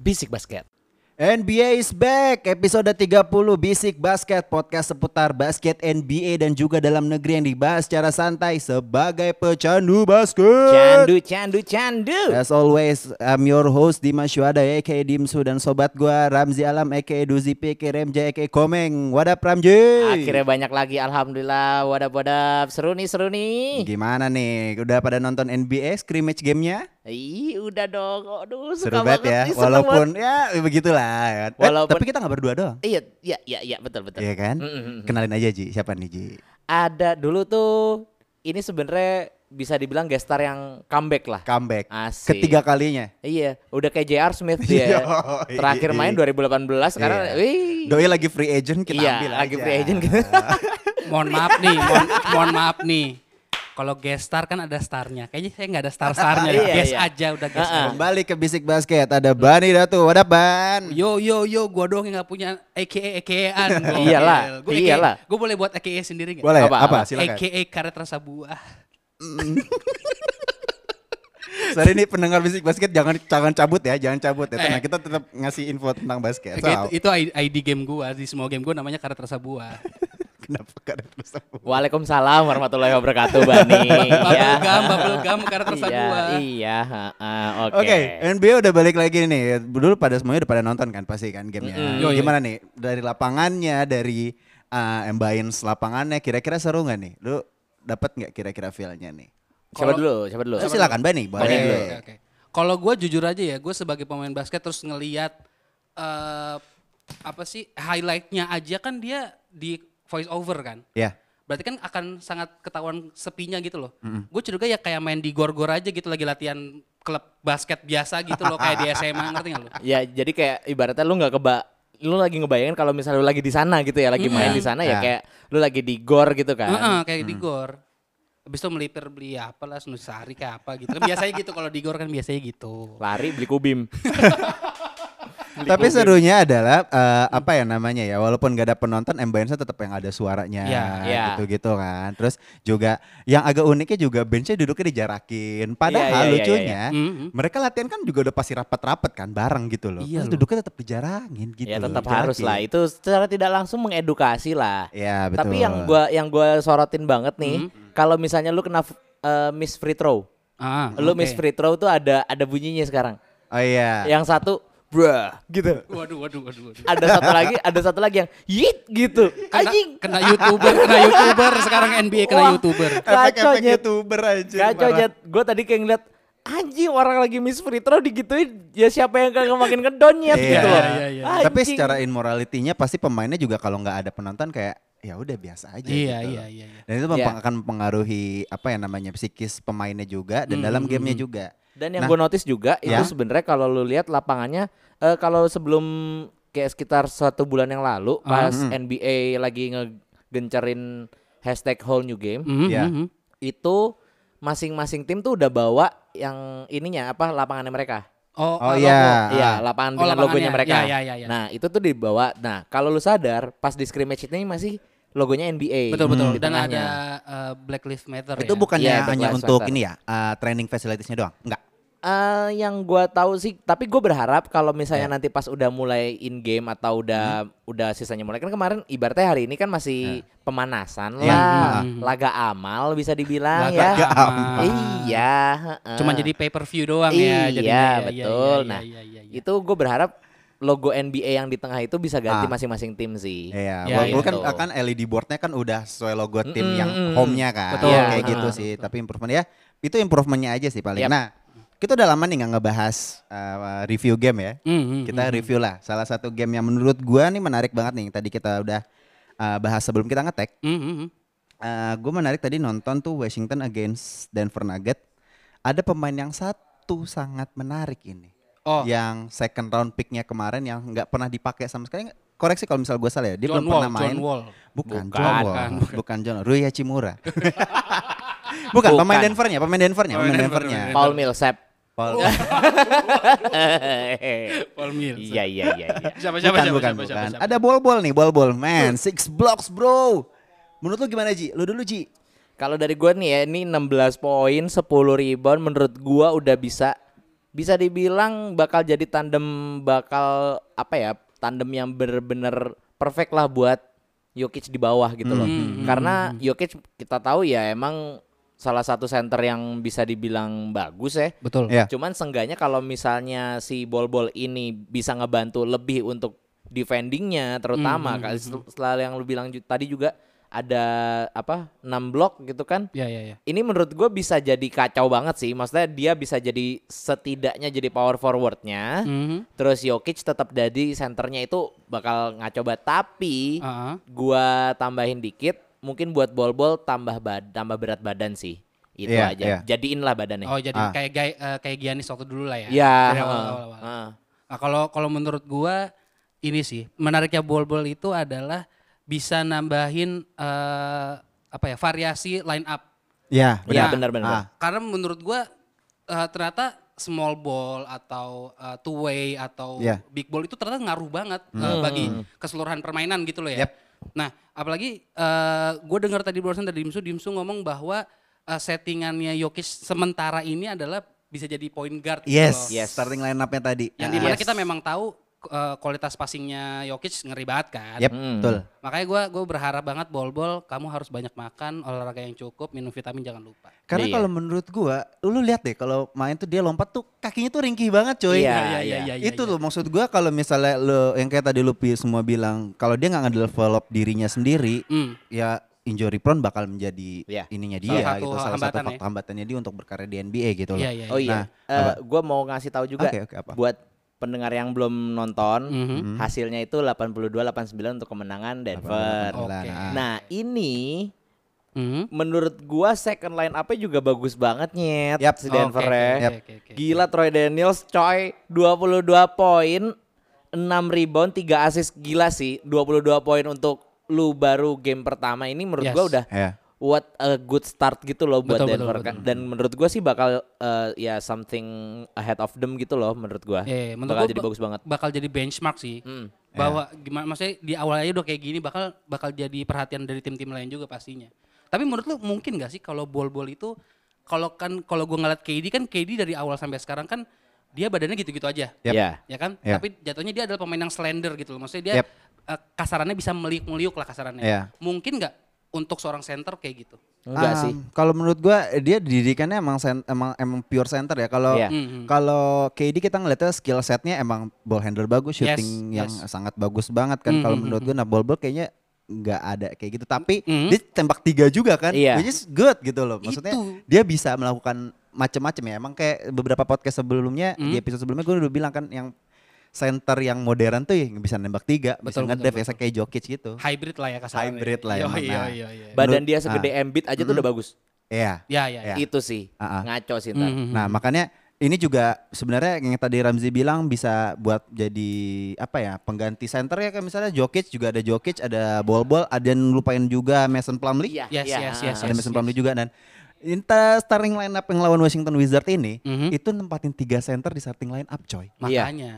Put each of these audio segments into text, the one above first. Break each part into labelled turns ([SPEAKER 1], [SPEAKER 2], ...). [SPEAKER 1] Bisik Basket.
[SPEAKER 2] NBA is back, episode 30 Bisik Basket, podcast seputar basket NBA dan juga dalam negeri yang dibahas secara santai sebagai pecandu basket.
[SPEAKER 1] Candu, candu, candu.
[SPEAKER 2] As always, I'm your host Dimas Syuada aka Dimsu dan sobat gua Ramzi Alam aka Duzi P aka Remja aka Komeng. What up Ramji?
[SPEAKER 1] Akhirnya banyak lagi, alhamdulillah. Wadap, wadap. Seru nih, seru nih.
[SPEAKER 2] Gimana nih? Udah pada nonton NBA scrimmage gamenya?
[SPEAKER 1] Ih, udah dong. Aduh, suka
[SPEAKER 2] Seru banget ya,
[SPEAKER 1] nih, seneng
[SPEAKER 2] walaupun
[SPEAKER 1] banget.
[SPEAKER 2] ya begitulah. Eh,
[SPEAKER 1] Walaupun-
[SPEAKER 2] tapi kita nggak berdua doang.
[SPEAKER 1] Iya, iya, iya, iya, betul, betul.
[SPEAKER 2] Iya kan?
[SPEAKER 1] Mm, mm, mm.
[SPEAKER 2] Kenalin aja Ji, siapa nih Ji?
[SPEAKER 1] Ada dulu tuh, ini sebenarnya bisa dibilang gestar yang comeback lah.
[SPEAKER 2] Comeback.
[SPEAKER 1] Asik.
[SPEAKER 2] Ketiga kalinya.
[SPEAKER 1] Iya, udah kayak JR Smith dia.
[SPEAKER 2] Yoi.
[SPEAKER 1] Terakhir main 2018 sekarang.
[SPEAKER 2] Iya.
[SPEAKER 1] Wih.
[SPEAKER 2] Doi lagi free agent kita
[SPEAKER 1] iya,
[SPEAKER 2] ambil
[SPEAKER 1] lagi
[SPEAKER 2] aja.
[SPEAKER 1] free agent.
[SPEAKER 3] mohon maaf nih, mohon, mohon maaf nih. Kalau guest star kan ada starnya. Kayaknya saya nggak ada star starnya.
[SPEAKER 1] Iya,
[SPEAKER 3] guest
[SPEAKER 1] iya.
[SPEAKER 3] aja udah guest.
[SPEAKER 1] Heeh.
[SPEAKER 2] Nah, Kembali ke bisik basket ada Bani Datu, what up
[SPEAKER 1] Oh,
[SPEAKER 2] Ban?
[SPEAKER 1] iya.
[SPEAKER 3] Yo yo yo, gua doang yang nggak punya AKA AKA-an. gua.
[SPEAKER 1] Iyalah,
[SPEAKER 3] Gua AKA
[SPEAKER 1] iyalah.
[SPEAKER 3] Gua boleh buat AKA sendiri nggak?
[SPEAKER 2] Boleh, ya?
[SPEAKER 1] Apa,
[SPEAKER 2] apa,
[SPEAKER 1] apa?
[SPEAKER 2] silakan.
[SPEAKER 3] AKA karet rasa buah.
[SPEAKER 2] Sorry nih pendengar bisik basket jangan jangan cabut ya, jangan cabut
[SPEAKER 1] Eh.
[SPEAKER 2] ya. Tenang, kita tetap ngasih info tentang basket.
[SPEAKER 1] Gitu,
[SPEAKER 3] Oke,
[SPEAKER 2] Soal,
[SPEAKER 3] itu, itu ID game gua di semua game gua namanya karet rasa buah.
[SPEAKER 2] kenapa gak ada terus sambung?
[SPEAKER 1] Waalaikumsalam warahmatullahi wabarakatuh, Bani. Iya.
[SPEAKER 3] bubble gum, bubble gum karet rasa
[SPEAKER 1] Iya,
[SPEAKER 3] buah.
[SPEAKER 1] iya, ha-ha, oke.
[SPEAKER 2] Oke, eh, NBA udah balik lagi nih. Dulu pada semuanya udah pada nonton kan pasti kan gamenya.
[SPEAKER 3] Mm-mm. Yo, yo.
[SPEAKER 2] Gimana nih dari lapangannya, dari uh, ambience lapangannya, kira-kira seru nggak nih? Lu dapat nggak kira-kira feelnya nih?
[SPEAKER 1] Siapa
[SPEAKER 3] Kalau-
[SPEAKER 1] dulu? Siapa dulu?
[SPEAKER 2] Oh, silakan Bani, boleh.
[SPEAKER 1] Bani dulu.
[SPEAKER 3] Oke, oke. Kalau gue jujur aja ya, gue sebagai pemain basket terus ngeliat eh apa sih highlightnya aja kan dia di voice over kan.
[SPEAKER 2] Ya.
[SPEAKER 3] Berarti kan akan sangat ketahuan sepinya gitu loh. Gue curiga ya kayak main di gor-gor aja gitu lagi latihan klub basket biasa gitu loh kayak di SMA ngerti gak lo?
[SPEAKER 1] Ya, jadi kayak ibaratnya lu nggak keba lu lagi ngebayangin kalau misalnya lu lagi di sana gitu ya, lagi main di sana ya
[SPEAKER 2] Ya.
[SPEAKER 1] kayak lu lagi di gor gitu kan.
[SPEAKER 3] Heeh, kayak di gor. Habis itu melipir beli apa lah, sehari kayak apa gitu. Kan biasanya gitu kalau di gor kan biasanya gitu.
[SPEAKER 1] Lari beli kubim.
[SPEAKER 2] Tapi serunya adalah eh, apa ya namanya ya, walaupun gak ada penonton, ambience tetap yang ada suaranya
[SPEAKER 3] Ya,
[SPEAKER 1] ya.
[SPEAKER 2] gitu-gitu kan. Terus juga yang agak uniknya juga benchnya duduknya dijarakin. Padahal
[SPEAKER 1] ya, ya,
[SPEAKER 2] lucunya
[SPEAKER 3] Mm-mm.
[SPEAKER 2] mereka latihan kan juga udah pasti rapat-rapat kan bareng gitu loh.
[SPEAKER 3] Iya
[SPEAKER 2] Terus
[SPEAKER 3] loh.
[SPEAKER 2] duduknya tetap dijarangin gitu.
[SPEAKER 1] ya
[SPEAKER 2] loh,
[SPEAKER 1] tetap harus
[SPEAKER 2] dijarakin.
[SPEAKER 1] lah. Itu secara tidak langsung mengedukasi lah.
[SPEAKER 2] Iya betul.
[SPEAKER 1] Tapi yang gua yang gua sorotin banget nih, kalau misalnya lu kena eh, miss free throw,
[SPEAKER 3] Ah,
[SPEAKER 1] lu
[SPEAKER 3] oke.
[SPEAKER 1] miss free throw tuh ada ada bunyinya sekarang.
[SPEAKER 2] Oh iya.
[SPEAKER 1] Yang satu bruh gitu.
[SPEAKER 3] Waduh, waduh, waduh, waduh.
[SPEAKER 1] Ada satu lagi, ada satu lagi yang yit gitu.
[SPEAKER 3] Kena,
[SPEAKER 1] Anjing.
[SPEAKER 3] kena youtuber, kena youtuber sekarang NBA kena
[SPEAKER 1] Wah.
[SPEAKER 3] youtuber.
[SPEAKER 1] Kacau
[SPEAKER 2] Efek-efek
[SPEAKER 1] nyet.
[SPEAKER 2] youtuber aja.
[SPEAKER 1] Kacau Jet. Gue tadi kayak ngeliat anjing orang lagi miss free throw digituin ya siapa yang kagak makin ngedon nyet
[SPEAKER 2] Iya,
[SPEAKER 1] gitu loh.
[SPEAKER 3] iya, iya.
[SPEAKER 1] Anjing.
[SPEAKER 2] Tapi secara immorality-nya pasti pemainnya juga kalau nggak ada penonton kayak ya udah biasa aja
[SPEAKER 3] Iya,
[SPEAKER 2] gitu
[SPEAKER 3] iya,
[SPEAKER 2] loh.
[SPEAKER 3] iya, iya.
[SPEAKER 2] Dan itu mempeng-
[SPEAKER 1] Iya.
[SPEAKER 2] akan mempengaruhi apa ya namanya psikis pemainnya juga dan dalam gamenya juga.
[SPEAKER 1] Dan yang
[SPEAKER 2] Nah,
[SPEAKER 1] gue notice juga
[SPEAKER 2] Ya.
[SPEAKER 1] itu sebenarnya kalau lu lihat lapangannya eh, kalau sebelum kayak sekitar satu bulan yang lalu pas
[SPEAKER 2] Ah, hmm.
[SPEAKER 1] NBA lagi ngegencerin hashtag whole new game
[SPEAKER 3] Mhm,
[SPEAKER 2] Iya.
[SPEAKER 3] mhm.
[SPEAKER 1] itu masing-masing tim tuh udah bawa yang ininya apa lapangannya mereka.
[SPEAKER 3] Oh,
[SPEAKER 2] Oh
[SPEAKER 3] ah, logo.
[SPEAKER 2] iya.
[SPEAKER 1] Iya,
[SPEAKER 2] ah.
[SPEAKER 1] lapangan
[SPEAKER 3] Oh,
[SPEAKER 1] dengan logonya
[SPEAKER 3] lapangannya.
[SPEAKER 1] mereka.
[SPEAKER 3] Ya, ya, ya, ya.
[SPEAKER 1] Nah, itu tuh dibawa. Nah, kalau lu sadar pas di scrimmage ini masih logonya NBA.
[SPEAKER 3] Betul betul.
[SPEAKER 1] Hmm, di
[SPEAKER 3] Dan
[SPEAKER 1] tengahnya.
[SPEAKER 3] ada uh, Black Lives Matter
[SPEAKER 2] Itu
[SPEAKER 3] ya.
[SPEAKER 2] bukannya
[SPEAKER 1] Iya,
[SPEAKER 2] hanya
[SPEAKER 1] backless
[SPEAKER 2] untuk
[SPEAKER 1] sweater.
[SPEAKER 2] ini ya, eh, training facilities-nya doang. Enggak.
[SPEAKER 1] Eh, yang gua tahu sih, tapi gue berharap kalau misalnya
[SPEAKER 2] Iya.
[SPEAKER 1] nanti pas udah mulai in game atau udah
[SPEAKER 2] Hmm.
[SPEAKER 1] udah sisanya mulai kan kemarin ibaratnya hari ini kan masih pemanasan
[SPEAKER 2] Iya.
[SPEAKER 1] lah,
[SPEAKER 3] Mhm.
[SPEAKER 1] laga amal bisa dibilang
[SPEAKER 3] Laga
[SPEAKER 1] ya.
[SPEAKER 3] amal.
[SPEAKER 1] Iya. heeh.
[SPEAKER 3] Cuma jadi pay per view doang
[SPEAKER 1] Iya,
[SPEAKER 3] ya. jadinya ya, ya,
[SPEAKER 1] betul.
[SPEAKER 3] ya,
[SPEAKER 1] Nah,
[SPEAKER 3] ya, ya, ya.
[SPEAKER 1] itu gue berharap logo NBA yang di tengah itu bisa ganti
[SPEAKER 2] Ah.
[SPEAKER 1] masing-masing tim sih.
[SPEAKER 2] Iya,
[SPEAKER 3] Ya,
[SPEAKER 2] walaupun
[SPEAKER 3] iya.
[SPEAKER 2] kan akan LED board-nya kan udah sesuai logo tim
[SPEAKER 1] Mm-mm,
[SPEAKER 2] yang
[SPEAKER 1] mm-mm.
[SPEAKER 2] home-nya kan.
[SPEAKER 3] Betul.
[SPEAKER 2] Kayak
[SPEAKER 1] Iya,
[SPEAKER 2] gitu
[SPEAKER 3] betul,
[SPEAKER 2] sih,
[SPEAKER 3] betul.
[SPEAKER 2] tapi improvement ya. Itu improvement-nya aja sih paling.
[SPEAKER 1] Yap.
[SPEAKER 2] Nah, kita udah lama nih nggak ngebahas eh, review game ya.
[SPEAKER 3] Mm, mm,
[SPEAKER 2] kita
[SPEAKER 3] mm.
[SPEAKER 2] review lah salah satu game yang menurut gua nih menarik banget nih tadi kita udah uh, bahas sebelum kita ngetek
[SPEAKER 3] Mm, mm, mm.
[SPEAKER 2] uh, gue menarik tadi nonton tuh Washington against Denver Nuggets ada pemain yang satu sangat menarik ini
[SPEAKER 3] Oh,
[SPEAKER 2] yang second round picknya kemarin yang nggak pernah dipakai sama sekali koreksi kalau misal gue salah ya dia belum
[SPEAKER 3] John Wall,
[SPEAKER 2] pernah main
[SPEAKER 3] John Wall.
[SPEAKER 2] bukan
[SPEAKER 1] Bukan,
[SPEAKER 2] John Wall
[SPEAKER 3] bukan,
[SPEAKER 2] bukan John Wall Rui Hachimura bukan pemain
[SPEAKER 1] Bukan.
[SPEAKER 2] Denvernya pemain Denvernya
[SPEAKER 3] Pemain Oh.
[SPEAKER 2] pemain
[SPEAKER 3] Denver,
[SPEAKER 2] Denvernya
[SPEAKER 3] pemain
[SPEAKER 1] Paul Millsap.
[SPEAKER 2] Paul
[SPEAKER 3] Paul Mills.
[SPEAKER 1] Iya iya iya. iya.
[SPEAKER 3] Siapa siapa
[SPEAKER 2] bukan,
[SPEAKER 3] siapa
[SPEAKER 2] bukan,
[SPEAKER 3] siapa,
[SPEAKER 2] bukan.
[SPEAKER 3] siapa, siapa.
[SPEAKER 2] Ada bol-bol nih, bol-bol. Man, six blocks, bro. Menurut lu gimana, Ji? Lu dulu, Ji.
[SPEAKER 1] Kalau dari gue nih ya, ini 16 poin, 10 rebound. Menurut gue udah bisa bisa dibilang bakal jadi tandem bakal apa ya tandem yang bener-bener perfect lah buat Jokic di bawah gitu loh karena Jokic kita tahu ya emang salah satu center yang bisa dibilang bagus ya
[SPEAKER 3] Betul.
[SPEAKER 2] Iya.
[SPEAKER 1] Cuman sengganya kalau misalnya si bol-bol ini bisa ngebantu lebih untuk defendingnya terutama kali sel- selalu yang lu bilang ju- tadi juga ada apa 6 blok gitu kan.
[SPEAKER 3] Ya ya ya.
[SPEAKER 1] Ini menurut gue bisa jadi kacau banget sih. Maksudnya dia bisa jadi setidaknya jadi power forwardnya.
[SPEAKER 3] Mhm.
[SPEAKER 1] Terus Jokic tetap jadi senternya itu bakal ngacoba tapi
[SPEAKER 3] Ah, ah.
[SPEAKER 1] gua tambahin dikit mungkin buat bol-bol tambah bad- tambah berat badan sih. Itu
[SPEAKER 2] Iya,
[SPEAKER 1] aja.
[SPEAKER 2] iya.
[SPEAKER 1] Jadiinlah badannya.
[SPEAKER 3] Oh jadi
[SPEAKER 2] Ah.
[SPEAKER 3] kayak Gai- eh, kayak Giannis waktu dulu lah ya.
[SPEAKER 1] Iya.
[SPEAKER 3] Dari
[SPEAKER 1] heeh,
[SPEAKER 3] awal- awal- awal.
[SPEAKER 1] heeh.
[SPEAKER 3] Nah, kalau kalau menurut gua ini sih menariknya bol-bol itu adalah bisa nambahin eh, apa ya variasi line up.
[SPEAKER 2] Ya,
[SPEAKER 1] Iya benar
[SPEAKER 2] benar.
[SPEAKER 1] benar.
[SPEAKER 2] Ah.
[SPEAKER 3] Karena menurut gua eh, ternyata small ball atau eh, two way atau
[SPEAKER 2] Iya. Hmm.
[SPEAKER 3] big ball itu ternyata ngaruh banget eh, bagi keseluruhan permainan gitu loh ya.
[SPEAKER 2] Yap.
[SPEAKER 3] Nah, apalagi eh gue dengar tadi barusan dari Dimsu, Dimsu ngomong bahwa eh, settingannya Jokic sementara ini adalah bisa jadi point guard. gitu
[SPEAKER 2] Yes,
[SPEAKER 3] loh.
[SPEAKER 1] Yes.
[SPEAKER 2] starting line up-nya tadi.
[SPEAKER 3] Yang
[SPEAKER 2] Ah.
[SPEAKER 3] dimana
[SPEAKER 1] Yes.
[SPEAKER 3] kita memang tahu eh, kualitas passingnya Jokic ngeri banget kan.
[SPEAKER 2] Yep,
[SPEAKER 1] Hmm.
[SPEAKER 2] betul.
[SPEAKER 3] Makanya gue gue berharap banget bol-bol kamu harus banyak makan, olahraga yang cukup, minum vitamin jangan lupa.
[SPEAKER 2] Karena
[SPEAKER 1] Iya.
[SPEAKER 2] kalau menurut gua, lu lihat deh kalau main tuh dia lompat tuh kakinya tuh ringkih banget, coy.
[SPEAKER 1] Iya,
[SPEAKER 3] Iya, iya, iya, iya,
[SPEAKER 2] itu
[SPEAKER 3] iya.
[SPEAKER 2] loh maksud gua kalau misalnya lo yang kayak tadi lu pi semua bilang kalau dia nggak ngedevelop dirinya sendiri
[SPEAKER 3] Hmm.
[SPEAKER 2] ya injury prone bakal menjadi
[SPEAKER 1] Iya.
[SPEAKER 2] ininya
[SPEAKER 3] Salah
[SPEAKER 2] dia
[SPEAKER 3] satu
[SPEAKER 2] gitu salah satu
[SPEAKER 3] hambatan ya.
[SPEAKER 2] faktor hambatannya dia untuk berkarya di NBA gitu loh.
[SPEAKER 3] Iya iya.
[SPEAKER 1] Oh iya,
[SPEAKER 2] Nah, apa?
[SPEAKER 1] gue mau ngasih tahu juga
[SPEAKER 2] Oke, oke, apa?
[SPEAKER 1] buat pendengar yang belum nonton,
[SPEAKER 3] Mhm.
[SPEAKER 1] hasilnya itu 82-89 untuk kemenangan Denver.
[SPEAKER 2] oh,
[SPEAKER 3] Oke.
[SPEAKER 2] Ah.
[SPEAKER 1] Nah ini
[SPEAKER 3] Mhm.
[SPEAKER 1] menurut gua second line up-nya juga bagus banget nyet
[SPEAKER 2] Yap.
[SPEAKER 1] si Denver
[SPEAKER 3] Oke,
[SPEAKER 1] ya.
[SPEAKER 3] oke,
[SPEAKER 2] Yap.
[SPEAKER 3] oke, oke.
[SPEAKER 1] Gila Troy Daniels coy 22 poin 6 rebound 3 assist gila sih 22 poin untuk lu baru game pertama ini menurut
[SPEAKER 3] Yes.
[SPEAKER 1] gua udah
[SPEAKER 2] Ya.
[SPEAKER 1] what a good start gitu loh buat
[SPEAKER 3] Betul, betul,
[SPEAKER 1] Denver
[SPEAKER 3] betul.
[SPEAKER 1] kan. Dan menurut gua sih bakal eh, ya something ahead of them gitu loh menurut gua.
[SPEAKER 3] Eh, menurut
[SPEAKER 1] bakal
[SPEAKER 3] gua
[SPEAKER 1] jadi
[SPEAKER 3] ba-
[SPEAKER 1] bagus banget.
[SPEAKER 3] Bakal jadi benchmark sih.
[SPEAKER 1] Mm.
[SPEAKER 3] Bahwa gimana maksudnya di awal aja udah kayak gini bakal bakal jadi perhatian dari tim-tim lain juga pastinya. Tapi menurut lu mungkin gak sih kalau bol-bol itu kalau kan kalau gua ngeliat KD kan KD dari awal sampai sekarang kan dia badannya gitu-gitu aja.
[SPEAKER 2] Yap.
[SPEAKER 1] Ya.
[SPEAKER 3] Ya kan?
[SPEAKER 2] Ya.
[SPEAKER 3] Tapi jatuhnya dia adalah pemain yang slender gitu loh. Maksudnya dia
[SPEAKER 2] Yap.
[SPEAKER 3] eh, kasarannya bisa meliuk-meliuk lah kasarannya.
[SPEAKER 2] Ya.
[SPEAKER 3] Mungkin nggak untuk seorang center kayak gitu?
[SPEAKER 1] Enggak
[SPEAKER 2] Um,
[SPEAKER 1] sih.
[SPEAKER 2] Kalau menurut gua eh, dia didikannya emang sen- emang emang pure center ya. Kalau
[SPEAKER 1] Iya.
[SPEAKER 3] Mhm.
[SPEAKER 2] kalau KD kita ngeliatnya skill setnya emang ball handler bagus,
[SPEAKER 3] Yes,
[SPEAKER 2] shooting yang
[SPEAKER 3] yes.
[SPEAKER 2] sangat bagus banget kan.
[SPEAKER 3] Mm,
[SPEAKER 2] Kalau
[SPEAKER 3] mm,
[SPEAKER 2] menurut gua nah ball ball kayaknya nggak ada kayak gitu. Tapi
[SPEAKER 3] Mm.
[SPEAKER 2] dia tembak tiga juga kan,
[SPEAKER 1] Iya.
[SPEAKER 2] which is good gitu loh. Maksudnya
[SPEAKER 3] Hmm? Itu.
[SPEAKER 2] dia bisa melakukan macam-macam ya. Emang kayak beberapa podcast sebelumnya di
[SPEAKER 3] Mm.
[SPEAKER 2] episode sebelumnya gua udah bilang kan yang center yang modern tuh ya, yang bisa nembak tiga,
[SPEAKER 3] Betul, betul,
[SPEAKER 2] bisa ngedrive ya
[SPEAKER 3] betul.
[SPEAKER 2] kayak Jokic gitu.
[SPEAKER 3] Hybrid lah ya kasarannya.
[SPEAKER 2] Hybrid lah ya,
[SPEAKER 3] Yoi,
[SPEAKER 2] mana.
[SPEAKER 3] yoi, yoi, yoi.
[SPEAKER 1] Badan
[SPEAKER 2] menurut-
[SPEAKER 1] dia segede Embiid aja tuh udah bagus.
[SPEAKER 2] Ah. Iya.
[SPEAKER 3] Ya ya.
[SPEAKER 2] Ya.
[SPEAKER 3] ya.
[SPEAKER 1] Itu sih.
[SPEAKER 2] Ah, ah.
[SPEAKER 1] Ngaco sih ntar.
[SPEAKER 3] Mhm.
[SPEAKER 2] Nah, makanya ini juga sebenarnya yang tadi Ramzi bilang bisa buat jadi apa ya pengganti center ya kayak misalnya Jokic juga ada Jokic ada Bol Bol ada yang lupain juga Mason Plumlee
[SPEAKER 1] Iya.
[SPEAKER 3] Yes,
[SPEAKER 1] iya,
[SPEAKER 3] yes,
[SPEAKER 1] ah,
[SPEAKER 3] yes,
[SPEAKER 1] ah.
[SPEAKER 2] ada Mason Plumlee juga dan Inta starting line up yang lawan Washington Wizard ini
[SPEAKER 3] Mhm.
[SPEAKER 2] itu nempatin tiga center di starting line up coy.
[SPEAKER 1] Iya.
[SPEAKER 3] Makanya.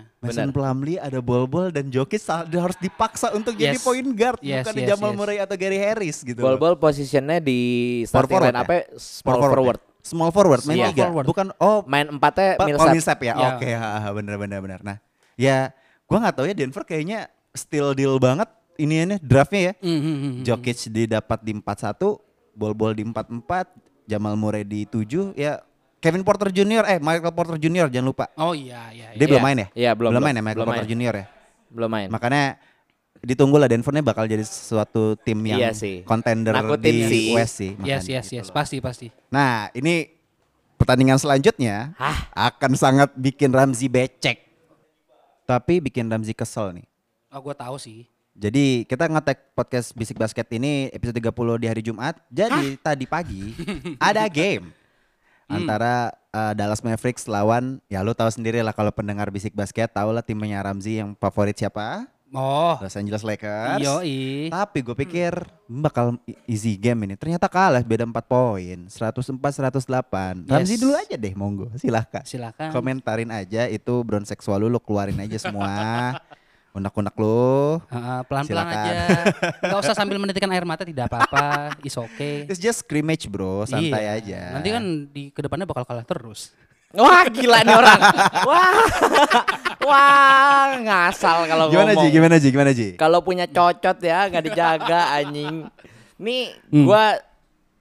[SPEAKER 1] Benar.
[SPEAKER 2] Mason Plumlee ada Bol Bol dan Jokic sa- harus dipaksa untuk jadi
[SPEAKER 3] Yes.
[SPEAKER 2] point guard
[SPEAKER 3] Yes,
[SPEAKER 2] bukan
[SPEAKER 3] yes,
[SPEAKER 2] Jamal
[SPEAKER 3] yes.
[SPEAKER 2] Murray atau Gary Harris gitu. loh.
[SPEAKER 1] Bol-bol posisinya di starting
[SPEAKER 2] forward
[SPEAKER 1] line apa? Small
[SPEAKER 2] Small
[SPEAKER 1] forward.
[SPEAKER 2] ya? Small forward, main
[SPEAKER 3] Small
[SPEAKER 2] tiga.
[SPEAKER 3] Iya. forward.
[SPEAKER 2] Bukan oh
[SPEAKER 1] Main empatnya
[SPEAKER 2] Pa- Paul
[SPEAKER 1] Millsap.
[SPEAKER 2] Millsap ya,
[SPEAKER 3] Ya.
[SPEAKER 2] oke, ha, ha, bener bener bener. Nah, ya gua nggak tahu ya Denver kayaknya still deal banget ini draftnya ya.
[SPEAKER 3] Mhm.
[SPEAKER 2] Jokic didapat di 41, bol-bol di 44, Jamal Murray di 7, ya Kevin Porter Jr. eh Michael Porter Jr. jangan lupa.
[SPEAKER 3] Oh iya iya.
[SPEAKER 2] Dia
[SPEAKER 3] iya.
[SPEAKER 2] belum main ya?
[SPEAKER 1] Iya, belum, belum.
[SPEAKER 2] main ya Michael
[SPEAKER 1] Belum
[SPEAKER 2] Porter
[SPEAKER 1] main. Iya.
[SPEAKER 2] Jr. ya.
[SPEAKER 1] Belum main.
[SPEAKER 2] Makanya ditunggulah Denvernya bakal jadi suatu tim
[SPEAKER 1] Iya
[SPEAKER 2] yang
[SPEAKER 1] sih.
[SPEAKER 2] contender
[SPEAKER 1] Nakutin
[SPEAKER 2] di
[SPEAKER 1] sih.
[SPEAKER 2] West sih.
[SPEAKER 3] Yes
[SPEAKER 2] makanya
[SPEAKER 3] yes
[SPEAKER 2] gitu
[SPEAKER 3] yes.
[SPEAKER 2] loh.
[SPEAKER 3] Pasti pasti.
[SPEAKER 2] Nah, ini pertandingan selanjutnya akan sangat bikin Ramzi becek. Tapi bikin Ramzi kesel nih.
[SPEAKER 3] Oh gue tahu sih.
[SPEAKER 2] Jadi kita ngetek podcast Bisik Basket ini episode 30 di hari Jumat. Jadi tadi pagi ada game antara uh, Dallas Mavericks lawan ya lu tahu sendiri lah kalau pendengar Bisik Basket tahu lah timnya Ramzi yang favorit siapa?
[SPEAKER 3] Oh.
[SPEAKER 2] Los Angeles Lakers.
[SPEAKER 3] Yoi.
[SPEAKER 2] Tapi gue
[SPEAKER 1] Hmm.
[SPEAKER 2] pikir bakal e- easy game ini. Ternyata kalah beda 4 poin. 104 108. Ramzi
[SPEAKER 3] Yes.
[SPEAKER 2] dulu aja deh monggo. Silahkan.
[SPEAKER 3] Silakan.
[SPEAKER 2] Komentarin aja itu brown seksual lu lu keluarin aja semua. Unak-unak lu.
[SPEAKER 3] Heeh, pelan-pelan
[SPEAKER 2] Silakan.
[SPEAKER 3] aja. Gak usah sambil menitikkan air mata tidak apa-apa. Is okay.
[SPEAKER 2] It's just scrimmage bro, santai
[SPEAKER 3] Iya.
[SPEAKER 2] aja.
[SPEAKER 3] Nanti kan di kedepannya bakal kalah terus.
[SPEAKER 1] Wah gila nih orang. Wah, wah ngasal kalau
[SPEAKER 2] Gimana Ji?
[SPEAKER 1] ngomong.
[SPEAKER 2] Gimana Ji? Gimana Ji?
[SPEAKER 1] Kalau punya cocot ya nggak dijaga anjing. Nih
[SPEAKER 3] Hmm.
[SPEAKER 1] gua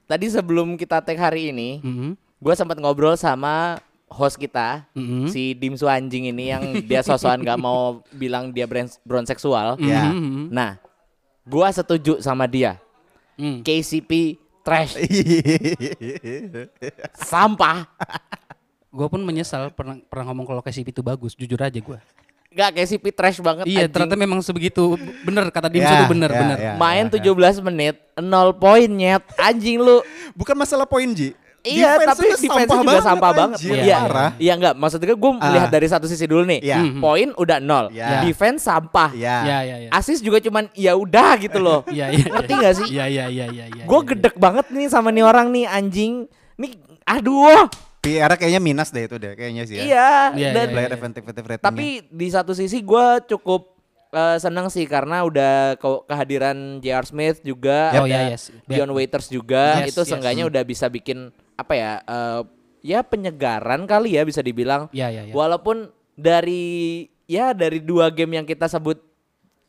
[SPEAKER 1] tadi sebelum kita tag hari ini,
[SPEAKER 3] Mhm.
[SPEAKER 1] gua sempat ngobrol sama host kita
[SPEAKER 3] Mhm.
[SPEAKER 1] si Dimsu anjing ini yang dia sosokan nggak mau bilang dia brand brown seksual.
[SPEAKER 2] Ya.
[SPEAKER 3] Mhm.
[SPEAKER 1] Nah, gua setuju sama dia.
[SPEAKER 3] Mhm.
[SPEAKER 1] KCP trash sampah.
[SPEAKER 3] Gue pun menyesal pernah pernah ngomong kalau KCP itu bagus, jujur aja gue.
[SPEAKER 1] Gak KCP trash banget
[SPEAKER 3] Iya,
[SPEAKER 1] anjing.
[SPEAKER 3] ternyata iya. memang sebegitu. Bener kata Dimso
[SPEAKER 2] Ya,
[SPEAKER 3] itu bener,
[SPEAKER 2] ya,
[SPEAKER 3] bener.
[SPEAKER 2] ya.
[SPEAKER 1] main 17 menit 0 poin nyet anjing lu
[SPEAKER 2] Bukan masalah poin Ji.
[SPEAKER 1] iya tapi
[SPEAKER 2] Defense-nya
[SPEAKER 1] defense juga sampah banget
[SPEAKER 2] anjir,
[SPEAKER 1] iya
[SPEAKER 2] parah. Ah.
[SPEAKER 1] iya enggak maksud gue gue melihat dari satu sisi dulu nih
[SPEAKER 2] Iya.
[SPEAKER 1] Mhm. poin udah nol
[SPEAKER 2] Iya.
[SPEAKER 1] defense sampah
[SPEAKER 2] Iya.
[SPEAKER 3] Iya, iya, iya.
[SPEAKER 1] asis juga cuman ya udah gitu loh
[SPEAKER 3] Iya, iya.
[SPEAKER 1] ngerti gak sih
[SPEAKER 3] Iya, iya, iya, iya. iya,
[SPEAKER 1] gue
[SPEAKER 3] iya.
[SPEAKER 1] gedek banget nih sama nih orang nih anjing nih aduh
[SPEAKER 2] PR kayaknya minus deh itu deh kayaknya sih ya.
[SPEAKER 1] iya
[SPEAKER 3] Iya,
[SPEAKER 1] dan-
[SPEAKER 3] iya, iya.
[SPEAKER 2] Player effective effective rating.
[SPEAKER 1] tapi di satu sisi gue cukup eh, senang sih karena udah ke- kehadiran J.R. Smith juga
[SPEAKER 3] Oh,
[SPEAKER 1] ada
[SPEAKER 3] iya, yes.
[SPEAKER 1] Dion Waiters juga
[SPEAKER 3] Yes,
[SPEAKER 1] itu
[SPEAKER 3] yes.
[SPEAKER 1] seenggaknya udah bisa bikin apa ya eh, ya penyegaran kali ya bisa dibilang
[SPEAKER 3] Iya, iya, iya.
[SPEAKER 1] walaupun dari ya dari dua game yang kita sebut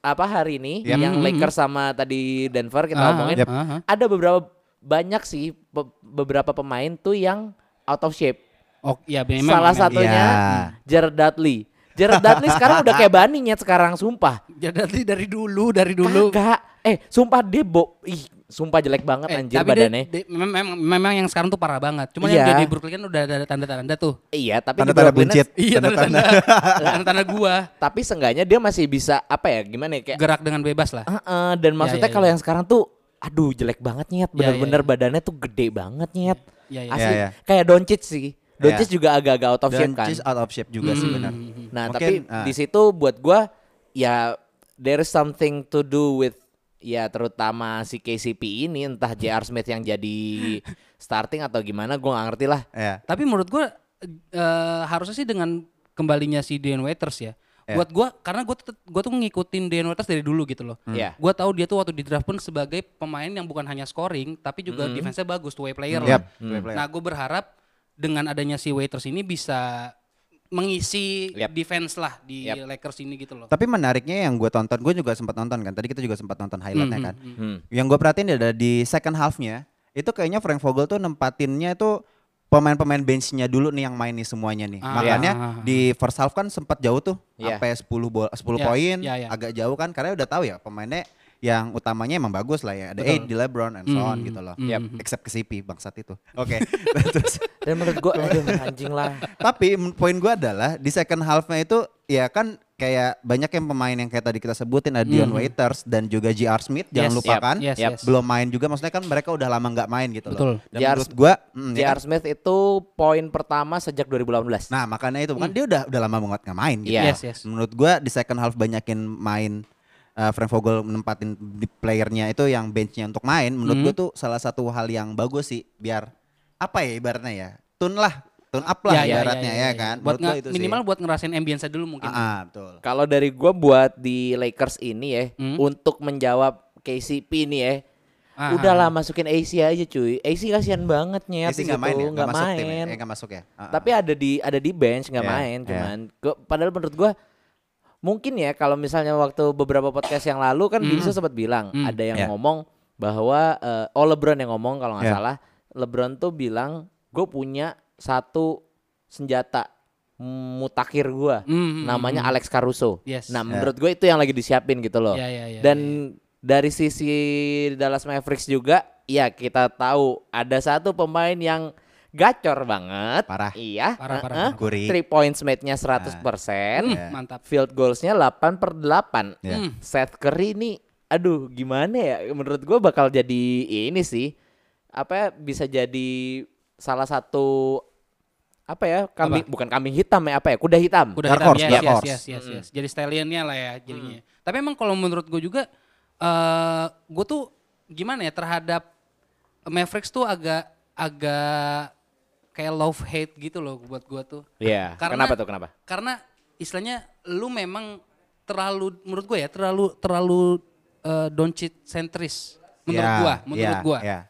[SPEAKER 1] apa hari ini
[SPEAKER 3] Iya.
[SPEAKER 2] Yep.
[SPEAKER 1] yang
[SPEAKER 3] Mm-hmm.
[SPEAKER 1] Lakers sama tadi Denver kita
[SPEAKER 3] Aha,
[SPEAKER 1] omongin
[SPEAKER 2] yep.
[SPEAKER 3] aha.
[SPEAKER 1] ada beberapa banyak sih be- beberapa pemain tuh yang out of shape
[SPEAKER 3] Oh, iya, memang.
[SPEAKER 1] Salah
[SPEAKER 3] memang.
[SPEAKER 1] satunya
[SPEAKER 2] Iya.
[SPEAKER 1] Jared Dudley. Jared Dudley sekarang udah kayak Bani nyet sekarang sumpah.
[SPEAKER 3] Jadi Ya, dari dulu, dari dulu.
[SPEAKER 1] Kagak. Eh, sumpah dia bo ih, sumpah jelek banget
[SPEAKER 3] Eh,
[SPEAKER 1] anjir
[SPEAKER 3] tapi dia-
[SPEAKER 1] badannya.
[SPEAKER 3] dia- memang, memang, memang yang sekarang tuh parah banget. Cuma
[SPEAKER 1] Iya.
[SPEAKER 3] yang di Brooklyn kan udah ada ada tanda-tanda tuh.
[SPEAKER 1] iya, tapi di
[SPEAKER 2] tanda-tanda
[SPEAKER 1] Brooklyn
[SPEAKER 2] buncit.
[SPEAKER 3] Iya, tanda-tanda. Tanda-tanda gua
[SPEAKER 1] tapi seenggaknya dia masih bisa apa ya gimana ya kayak
[SPEAKER 3] gerak dengan bebas lah.
[SPEAKER 1] Heeh, Eh, dan maksudnya
[SPEAKER 3] iya,
[SPEAKER 1] kalau
[SPEAKER 3] iya.
[SPEAKER 1] yang sekarang tuh aduh jelek banget nyet,
[SPEAKER 3] Iya, iya,
[SPEAKER 1] bener-bener
[SPEAKER 3] iya.
[SPEAKER 1] badannya tuh gede banget nyet.
[SPEAKER 3] Iya, iya.
[SPEAKER 1] Asli.
[SPEAKER 2] Iya, iya.
[SPEAKER 1] Kayak Doncic sih.
[SPEAKER 2] Ya.
[SPEAKER 1] Doncic juga agak-agak out of
[SPEAKER 2] dan
[SPEAKER 1] shape kan.
[SPEAKER 2] cheese out of shape juga
[SPEAKER 3] Hmm.
[SPEAKER 2] sih
[SPEAKER 3] Mm-hmm.
[SPEAKER 2] benar.
[SPEAKER 1] Nah,
[SPEAKER 2] Mungkin,
[SPEAKER 1] tapi
[SPEAKER 2] ah.
[SPEAKER 1] di situ buat gua ya there is something to do with ya terutama si KCP ini entah JR Smith yang jadi starting atau gimana gua nggak ngerti lah.
[SPEAKER 2] Iya.
[SPEAKER 3] Tapi menurut gua eh, harusnya sih dengan kembalinya si Dion Waiters ya.
[SPEAKER 2] Iya.
[SPEAKER 3] Buat gua karena gua tetep- gua tuh ngikutin Dion Waiters dari dulu gitu loh.
[SPEAKER 1] Iya.
[SPEAKER 3] Gua tahu dia tuh waktu di draft pun sebagai pemain yang bukan hanya scoring tapi juga defense-nya bagus, two way player
[SPEAKER 2] Yap,
[SPEAKER 3] lah.
[SPEAKER 2] play player.
[SPEAKER 3] Nah, gue berharap dengan adanya si Waiters ini bisa mengisi
[SPEAKER 1] Yap.
[SPEAKER 3] defense lah di
[SPEAKER 1] Yap.
[SPEAKER 3] Lakers ini gitu loh.
[SPEAKER 2] Tapi menariknya yang gue tonton, gue juga sempat nonton kan. Tadi kita juga sempat nonton highlightnya
[SPEAKER 3] Mhm,
[SPEAKER 2] kan.
[SPEAKER 1] Hmm.
[SPEAKER 2] Yang gue perhatiin adalah di second halfnya itu kayaknya Frank Vogel tuh nempatinnya itu pemain-pemain benchnya dulu nih yang main nih semuanya nih.
[SPEAKER 3] Ah.
[SPEAKER 2] Makanya
[SPEAKER 3] Iya.
[SPEAKER 2] di first half kan sempat jauh tuh,
[SPEAKER 1] Iya.
[SPEAKER 2] sampai 10 bola, 10
[SPEAKER 3] Iya,
[SPEAKER 2] poin,
[SPEAKER 3] iya, iya.
[SPEAKER 2] agak jauh kan karena udah tahu ya pemainnya yang utamanya emang bagus lah ya. Ada
[SPEAKER 3] Betul.
[SPEAKER 2] Aid, di LeBron and so on
[SPEAKER 3] Mhm,
[SPEAKER 2] gitu loh.
[SPEAKER 3] mhm. Yap.
[SPEAKER 2] Except KCP bangsat itu. Oke. Terus
[SPEAKER 1] Dan menurut gua aduh anjing lah.
[SPEAKER 2] tapi men- poin gue adalah di second halfnya itu ya kan kayak banyak yang pemain yang kayak tadi kita sebutin ada Dion Waiters dan juga JR Smith jangan
[SPEAKER 3] Hmm. Yes,
[SPEAKER 2] lupakan
[SPEAKER 3] yep, yes,
[SPEAKER 1] Yap.
[SPEAKER 3] yes.
[SPEAKER 2] belum main juga maksudnya kan mereka udah lama nggak main gitu
[SPEAKER 3] Betul.
[SPEAKER 2] loh. Dan
[SPEAKER 1] JR
[SPEAKER 2] menurut hmm, ya gue
[SPEAKER 1] JR Smith itu poin pertama sejak 2018.
[SPEAKER 2] kan? nah makanya itu kan dia udah udah lama banget nggak main gitu.
[SPEAKER 1] Iya.
[SPEAKER 3] Hmm. Yes, yes.
[SPEAKER 2] Menurut gue di second half banyakin main eh, Frank Vogel menempatin di playernya itu yang benchnya untuk main menurut gue
[SPEAKER 3] Hmm.
[SPEAKER 2] tuh salah satu hal yang bagus sih biar apa ya ibaratnya ya tune lah tune up lah
[SPEAKER 3] Ya, ya,
[SPEAKER 2] ibaratnya
[SPEAKER 3] ya, ya,
[SPEAKER 2] ya
[SPEAKER 3] ya.
[SPEAKER 2] kan. Menurut
[SPEAKER 3] Buat
[SPEAKER 2] gua
[SPEAKER 3] nge-
[SPEAKER 2] itu sih.
[SPEAKER 3] minimal buat ngerasain ambience dulu mungkin.
[SPEAKER 2] Ah, ah, betul.
[SPEAKER 1] Kalau dari gua buat di Lakers ini ya
[SPEAKER 3] Hmm.
[SPEAKER 1] untuk menjawab KCP ini ya
[SPEAKER 3] Ah,
[SPEAKER 1] udah
[SPEAKER 3] ah,
[SPEAKER 1] lah masukin AC aja cuy. AC kasihan banget nyet.
[SPEAKER 2] Messi
[SPEAKER 1] di
[SPEAKER 2] nggak main
[SPEAKER 1] situ,
[SPEAKER 2] ya, nggak
[SPEAKER 1] nggak
[SPEAKER 2] masuk tim ya,
[SPEAKER 1] main.
[SPEAKER 2] Eh, nggak masuk ya. Ah,
[SPEAKER 1] tapi ada di ada di bench nggak
[SPEAKER 2] Ya,
[SPEAKER 1] main
[SPEAKER 2] ya.
[SPEAKER 1] cuman gua- padahal menurut gua mungkin ya kalau misalnya waktu beberapa podcast yang lalu kan Dinso sempat bilang
[SPEAKER 3] Hmm.
[SPEAKER 1] ada yang
[SPEAKER 2] Ya.
[SPEAKER 1] ngomong bahwa eh, oh LeBron yang ngomong kalau nggak
[SPEAKER 2] Ya.
[SPEAKER 1] salah LeBron tuh bilang gue punya satu senjata mutakir
[SPEAKER 2] ah.
[SPEAKER 1] gua
[SPEAKER 3] Hmm,
[SPEAKER 1] namanya
[SPEAKER 3] hmm,
[SPEAKER 1] Alex Caruso.
[SPEAKER 3] Yes.
[SPEAKER 1] Nah
[SPEAKER 3] Ya.
[SPEAKER 1] menurut gue itu yang lagi disiapin gitu loh.
[SPEAKER 3] Ya, ya, ya,
[SPEAKER 1] Dan dari sisi Dallas Mavericks juga, ya kita tahu ada satu pemain yang gacor banget.
[SPEAKER 2] Parah.
[SPEAKER 1] Iya.
[SPEAKER 3] Parah, parah,
[SPEAKER 1] heeh.
[SPEAKER 3] parah.
[SPEAKER 2] Guri.
[SPEAKER 1] Three points made-nya 100%.
[SPEAKER 3] hmm,
[SPEAKER 2] Ya.
[SPEAKER 3] mantap.
[SPEAKER 1] Field goals-nya 8 per 8.
[SPEAKER 2] Ya.
[SPEAKER 3] Hmm.
[SPEAKER 1] Seth Curry ini aduh gimana ya menurut gue bakal jadi ini sih apa ya, bisa jadi salah satu apa ya kambing bukan kambing hitam ya apa ya kuda hitam
[SPEAKER 2] Dark
[SPEAKER 3] Kuda hitam,
[SPEAKER 2] horse,
[SPEAKER 3] yes,
[SPEAKER 2] dark
[SPEAKER 3] yes,
[SPEAKER 2] horse.
[SPEAKER 3] yes, yes, yes. Jadi stallionnya lah ya jadinya. Tapi emang kalau menurut gue juga, eh gue tuh gimana ya terhadap Mavericks tuh agak agak kayak love hate gitu loh buat gue tuh.
[SPEAKER 1] Iya.
[SPEAKER 3] Karena-
[SPEAKER 1] Kenapa tuh kenapa?
[SPEAKER 3] Karena istilahnya lu memang terlalu menurut gue ya terlalu terlalu eh doncit sentris menurut
[SPEAKER 2] Iya,
[SPEAKER 3] gue, menurut
[SPEAKER 2] iya,
[SPEAKER 3] gue.
[SPEAKER 2] iya.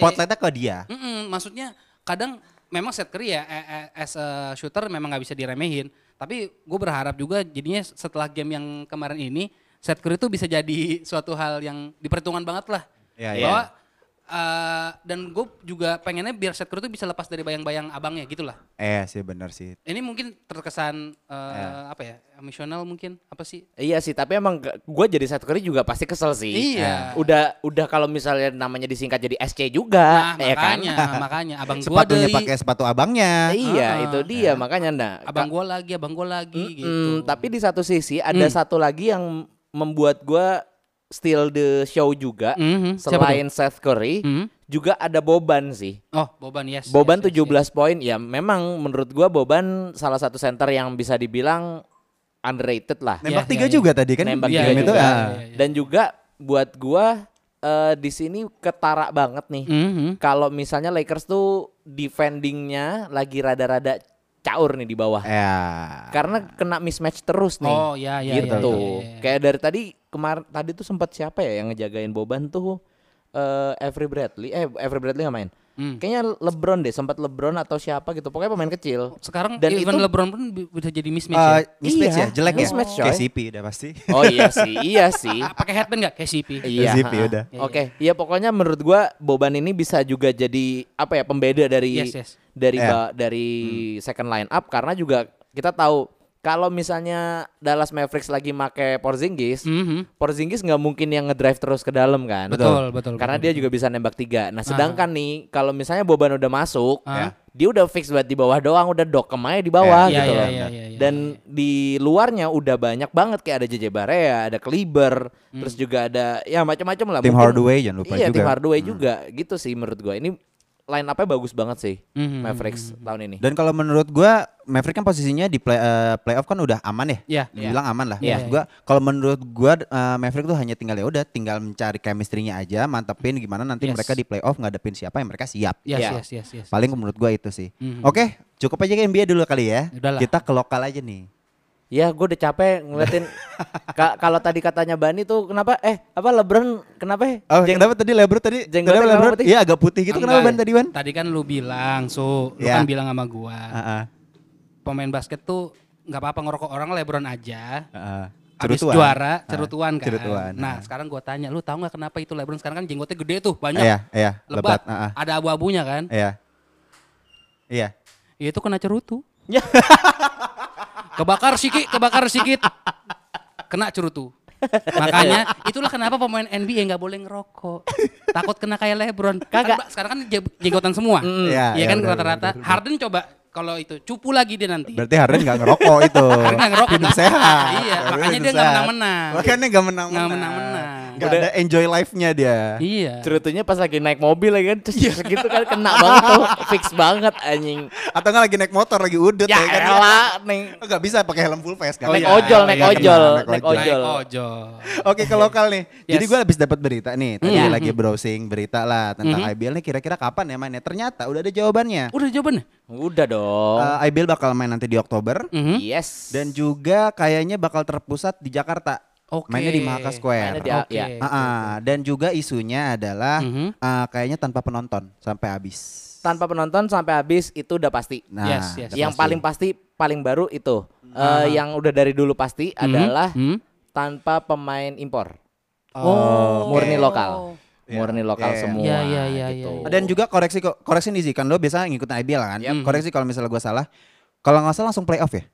[SPEAKER 2] Spotlightnya ke dia.
[SPEAKER 3] Mm-mm, maksudnya kadang memang set Curry ya eh, eh, as a shooter memang nggak bisa diremehin. Tapi gue berharap juga jadinya setelah game yang kemarin ini set Curry itu bisa jadi suatu hal yang diperhitungan banget lah.
[SPEAKER 2] Iya, iya.
[SPEAKER 3] Bahwa eh, dan gue juga pengennya biar set Curry itu bisa lepas dari bayang-bayang abangnya gitu lah.
[SPEAKER 2] Eh sih bener sih.
[SPEAKER 3] Ini mungkin terkesan eh,
[SPEAKER 2] Iya.
[SPEAKER 3] apa ya emosional mungkin apa sih?
[SPEAKER 1] Iya sih, tapi emang gue jadi satu kali juga pasti kesel sih. Nah,
[SPEAKER 3] Iya.
[SPEAKER 1] Udah udah kalau misalnya namanya disingkat jadi SC juga,
[SPEAKER 3] Nah,
[SPEAKER 1] ya kan?
[SPEAKER 3] makanya, makanya abang gua
[SPEAKER 2] Sepatunya
[SPEAKER 3] deli,
[SPEAKER 2] pakai sepatu abangnya.
[SPEAKER 1] Iya,
[SPEAKER 3] Ah,
[SPEAKER 1] itu dia makanya nah.
[SPEAKER 3] abang gua lagi, abang gua lagi gitu.
[SPEAKER 1] Mm, tapi di satu sisi ada satu lagi yang membuat gue still the show juga.
[SPEAKER 3] Mhm, siapa
[SPEAKER 1] Selain Seth Curry,
[SPEAKER 3] Mhm.
[SPEAKER 1] juga ada Boban sih.
[SPEAKER 3] Oh, Boban yes.
[SPEAKER 1] Boban
[SPEAKER 3] yes,
[SPEAKER 1] 17
[SPEAKER 3] yes,
[SPEAKER 1] poin ya memang menurut gua Boban salah satu center yang bisa dibilang underrated lah.
[SPEAKER 2] Nembak
[SPEAKER 3] Iya,
[SPEAKER 2] tiga
[SPEAKER 3] iya,
[SPEAKER 2] juga tadi kan
[SPEAKER 1] Nembak
[SPEAKER 2] di
[SPEAKER 1] tiga
[SPEAKER 2] game itu.
[SPEAKER 1] juga.
[SPEAKER 2] ah.
[SPEAKER 3] Iya, iya.
[SPEAKER 1] Dan juga buat gua eh, di sini ketara banget nih.
[SPEAKER 3] yes. Mhm.
[SPEAKER 1] Kalau misalnya Lakers tuh defendingnya lagi rada-rada caur nih di bawah.
[SPEAKER 2] Ya.
[SPEAKER 1] Karena kena mismatch terus nih.
[SPEAKER 3] Oh, ya ya
[SPEAKER 1] gitu.
[SPEAKER 3] ya, ya, ya, ya.
[SPEAKER 1] Kayak dari tadi kemarin tadi tuh sempat siapa ya yang ngejagain Boban tuh eh Avery Bradley eh Avery Bradley nggak main.
[SPEAKER 3] Hmm.
[SPEAKER 1] Kayaknya LeBron deh, sempat LeBron atau siapa gitu. Pokoknya pemain kecil.
[SPEAKER 3] Sekarang
[SPEAKER 1] Dan
[SPEAKER 3] even
[SPEAKER 1] itu-
[SPEAKER 3] LeBron pun bi- bisa jadi mismatch
[SPEAKER 2] Eh,
[SPEAKER 3] ya.
[SPEAKER 2] mismatch
[SPEAKER 1] Iya,
[SPEAKER 2] ya, jelek ya.
[SPEAKER 1] mismatch, coy.
[SPEAKER 2] KCP udah pasti.
[SPEAKER 1] Oh iya sih, iya sih.
[SPEAKER 3] Ah, Pakai headband enggak KCP?
[SPEAKER 1] Iya.
[SPEAKER 2] Zipi
[SPEAKER 1] ha-ha.
[SPEAKER 2] udah.
[SPEAKER 1] Oke, ya pokoknya menurut gua Boban ini bisa juga jadi apa ya pembeda dari
[SPEAKER 3] Yes, Hmm. yes.
[SPEAKER 1] dari
[SPEAKER 2] Iya.
[SPEAKER 1] ba- dari second line up karena juga kita tahu kalau misalnya Dallas Mavericks lagi make Porzingis,
[SPEAKER 3] Mhm.
[SPEAKER 1] Porzingis nggak mungkin yang ngedrive terus ke dalam kan?
[SPEAKER 3] Betul, betul.
[SPEAKER 1] Karena
[SPEAKER 3] betul.
[SPEAKER 1] dia juga bisa nembak tiga. Nah, sedangkan nih kalau misalnya Boban udah masuk,
[SPEAKER 3] Ah.
[SPEAKER 1] dia udah fix buat di bawah doang, udah dokem aja di
[SPEAKER 2] Ah,
[SPEAKER 1] bawah
[SPEAKER 3] Iya,
[SPEAKER 1] gitu
[SPEAKER 3] iya,
[SPEAKER 1] loh.
[SPEAKER 3] iya, iya, iya,
[SPEAKER 1] Dan di luarnya udah banyak banget kayak ada JJ Barea, ada Kliber,
[SPEAKER 3] Hmm.
[SPEAKER 1] terus juga ada ya macam-macam lah. Mungkin-
[SPEAKER 2] Tim Hardaway jangan lupa
[SPEAKER 1] iya,
[SPEAKER 2] juga.
[SPEAKER 1] tim Hardaway
[SPEAKER 3] Hmm.
[SPEAKER 1] juga gitu sih menurut gua. Ini line up-nya bagus banget sih
[SPEAKER 3] Mhm.
[SPEAKER 1] Mavericks tahun ini.
[SPEAKER 2] Dan kalau menurut gua Maverick kan posisinya di play, eh, playoff kan udah aman ya.
[SPEAKER 3] Iya.
[SPEAKER 2] Dibilang aman lah.
[SPEAKER 3] Iya,
[SPEAKER 2] Maksud gua kalau menurut gua eh, Maverick tuh hanya tinggal ya udah tinggal mencari chemistry-nya aja, mantepin gimana nanti
[SPEAKER 3] Yes.
[SPEAKER 2] mereka di playoff ngadepin siapa yang mereka siap.
[SPEAKER 3] Yes,
[SPEAKER 1] Iya.
[SPEAKER 3] yes, yes, yes.
[SPEAKER 2] Paling menurut gua itu sih.
[SPEAKER 3] Mhm.
[SPEAKER 2] Oke, cukup aja ke NBA dulu kali ya.
[SPEAKER 3] Udah lah.
[SPEAKER 2] Kita ke lokal aja nih.
[SPEAKER 1] Ya, gue udah capek ngeliatin Ka- kalau tadi katanya Bani tuh kenapa eh apa LeBron kenapa?
[SPEAKER 2] Oh,
[SPEAKER 1] Jeng-
[SPEAKER 2] kenapa tadi Lebron tadi?
[SPEAKER 1] Jenggotnya
[SPEAKER 2] kenapa
[SPEAKER 1] kenapa
[SPEAKER 2] Lebron?
[SPEAKER 1] putih?
[SPEAKER 2] Iya agak putih gitu. Kenapa Ban
[SPEAKER 3] Enggak,
[SPEAKER 2] tadi Ban?
[SPEAKER 3] Tadi kan lu bilang, so lu
[SPEAKER 2] Ya.
[SPEAKER 3] kan bilang sama gua.
[SPEAKER 2] Heeh.
[SPEAKER 3] Pemain basket tuh nggak apa-apa ngerokok orang LeBron aja.
[SPEAKER 2] Heeh. ah.
[SPEAKER 3] Habis
[SPEAKER 2] Cerutuan.
[SPEAKER 3] juara,
[SPEAKER 2] Ah,
[SPEAKER 3] cerutuan kan.
[SPEAKER 2] Cerutuan.
[SPEAKER 3] Nah,
[SPEAKER 2] ah.
[SPEAKER 3] sekarang gua tanya, lu tahu nggak kenapa itu LeBron sekarang kan jenggotnya gede tuh, banyak.
[SPEAKER 2] Iya, iya, lebat.
[SPEAKER 3] lebat.
[SPEAKER 2] Heeh.
[SPEAKER 3] Ada abu-abunya kan?
[SPEAKER 2] Iya. Iya.
[SPEAKER 3] Ya itu kena cerutu.
[SPEAKER 2] Ya.
[SPEAKER 3] kebakar sikit, kebakar sikit. Kena cerutu. Makanya itulah kenapa pemain NBA nggak boleh ngerokok. Takut kena kayak LeBron. Kan
[SPEAKER 1] Kagak.
[SPEAKER 3] ba- sekarang kan jeg- jenggotan semua.
[SPEAKER 2] Iya,
[SPEAKER 3] Iya
[SPEAKER 2] iya,
[SPEAKER 3] kan
[SPEAKER 2] benar,
[SPEAKER 3] rata-rata. Harden coba kalau itu cupu lagi dia nanti.
[SPEAKER 2] Berarti Harden nggak ngerokok itu.
[SPEAKER 3] Harden nggak ngerokok.
[SPEAKER 2] Hidup sehat.
[SPEAKER 3] Iya,
[SPEAKER 2] Harden
[SPEAKER 3] makanya
[SPEAKER 2] hidup
[SPEAKER 3] dia nggak
[SPEAKER 2] sehat.
[SPEAKER 3] menang-menang.
[SPEAKER 2] Makanya nggak menang-menang.
[SPEAKER 3] Nggak menang-menang.
[SPEAKER 2] Nggak ada enjoy life-nya dia.
[SPEAKER 3] Iya.
[SPEAKER 1] cerutunya pas lagi naik mobil lagi kan terus
[SPEAKER 2] Iya.
[SPEAKER 1] gitu kan kena banget tuh fix banget anjing
[SPEAKER 2] Atau nggak lagi naik motor lagi udut
[SPEAKER 1] ya
[SPEAKER 2] kan.
[SPEAKER 1] elah neng
[SPEAKER 2] Nggak bisa pakai helm full face. kan? Iya, nggak
[SPEAKER 1] Naik
[SPEAKER 2] bisa.
[SPEAKER 1] ojol, naik
[SPEAKER 2] Nggak bisa,
[SPEAKER 1] ojol, naik
[SPEAKER 3] Naik
[SPEAKER 1] ojol.
[SPEAKER 3] ojol.
[SPEAKER 2] iya, Oke ke lokal nih. Jadi
[SPEAKER 3] Yes.
[SPEAKER 2] gue habis dapat berita nih. Tadi
[SPEAKER 3] Hmm.
[SPEAKER 2] lagi browsing berita lah tentang
[SPEAKER 3] Mm-hmm.
[SPEAKER 2] IBL nih kira-kira kapan ya mainnya. Ternyata udah ada jawabannya.
[SPEAKER 3] Udah jawabannya?
[SPEAKER 1] udah dong
[SPEAKER 2] Eh, IBL bakal main nanti di Oktober
[SPEAKER 3] Mhm.
[SPEAKER 1] yes
[SPEAKER 2] Eh, dan juga kayaknya bakal terpusat di Jakarta.
[SPEAKER 3] Oke.
[SPEAKER 2] Mainnya di Mahaka Square.
[SPEAKER 1] Mainnya di-
[SPEAKER 3] Oke.
[SPEAKER 1] ya.
[SPEAKER 2] Ah, ah. dan juga isunya adalah
[SPEAKER 3] Mhm.
[SPEAKER 2] ah, kayaknya tanpa penonton sampai habis.
[SPEAKER 1] tanpa penonton sampai habis itu udah pasti
[SPEAKER 2] Nah,
[SPEAKER 3] Yes, yes.
[SPEAKER 2] udah
[SPEAKER 1] yang
[SPEAKER 2] pasti. Hmm.
[SPEAKER 1] paling pasti paling baru itu Eh, yang udah dari dulu pasti adalah
[SPEAKER 3] Mhm.
[SPEAKER 1] tanpa pemain impor Eh,
[SPEAKER 3] Oh,
[SPEAKER 1] murni
[SPEAKER 3] oke.
[SPEAKER 1] lokal
[SPEAKER 2] Ya.
[SPEAKER 1] murni lokal
[SPEAKER 2] Ya.
[SPEAKER 1] semua
[SPEAKER 3] Ya, ya, ya,
[SPEAKER 1] gitu.
[SPEAKER 3] ya, ya.
[SPEAKER 2] Dan juga koreksi koreksi nih sih kan lo biasa ngikutin IBL kan.
[SPEAKER 1] Yep.
[SPEAKER 2] Koreksi kalau misalnya gue salah. Kalau nggak salah langsung playoff ya.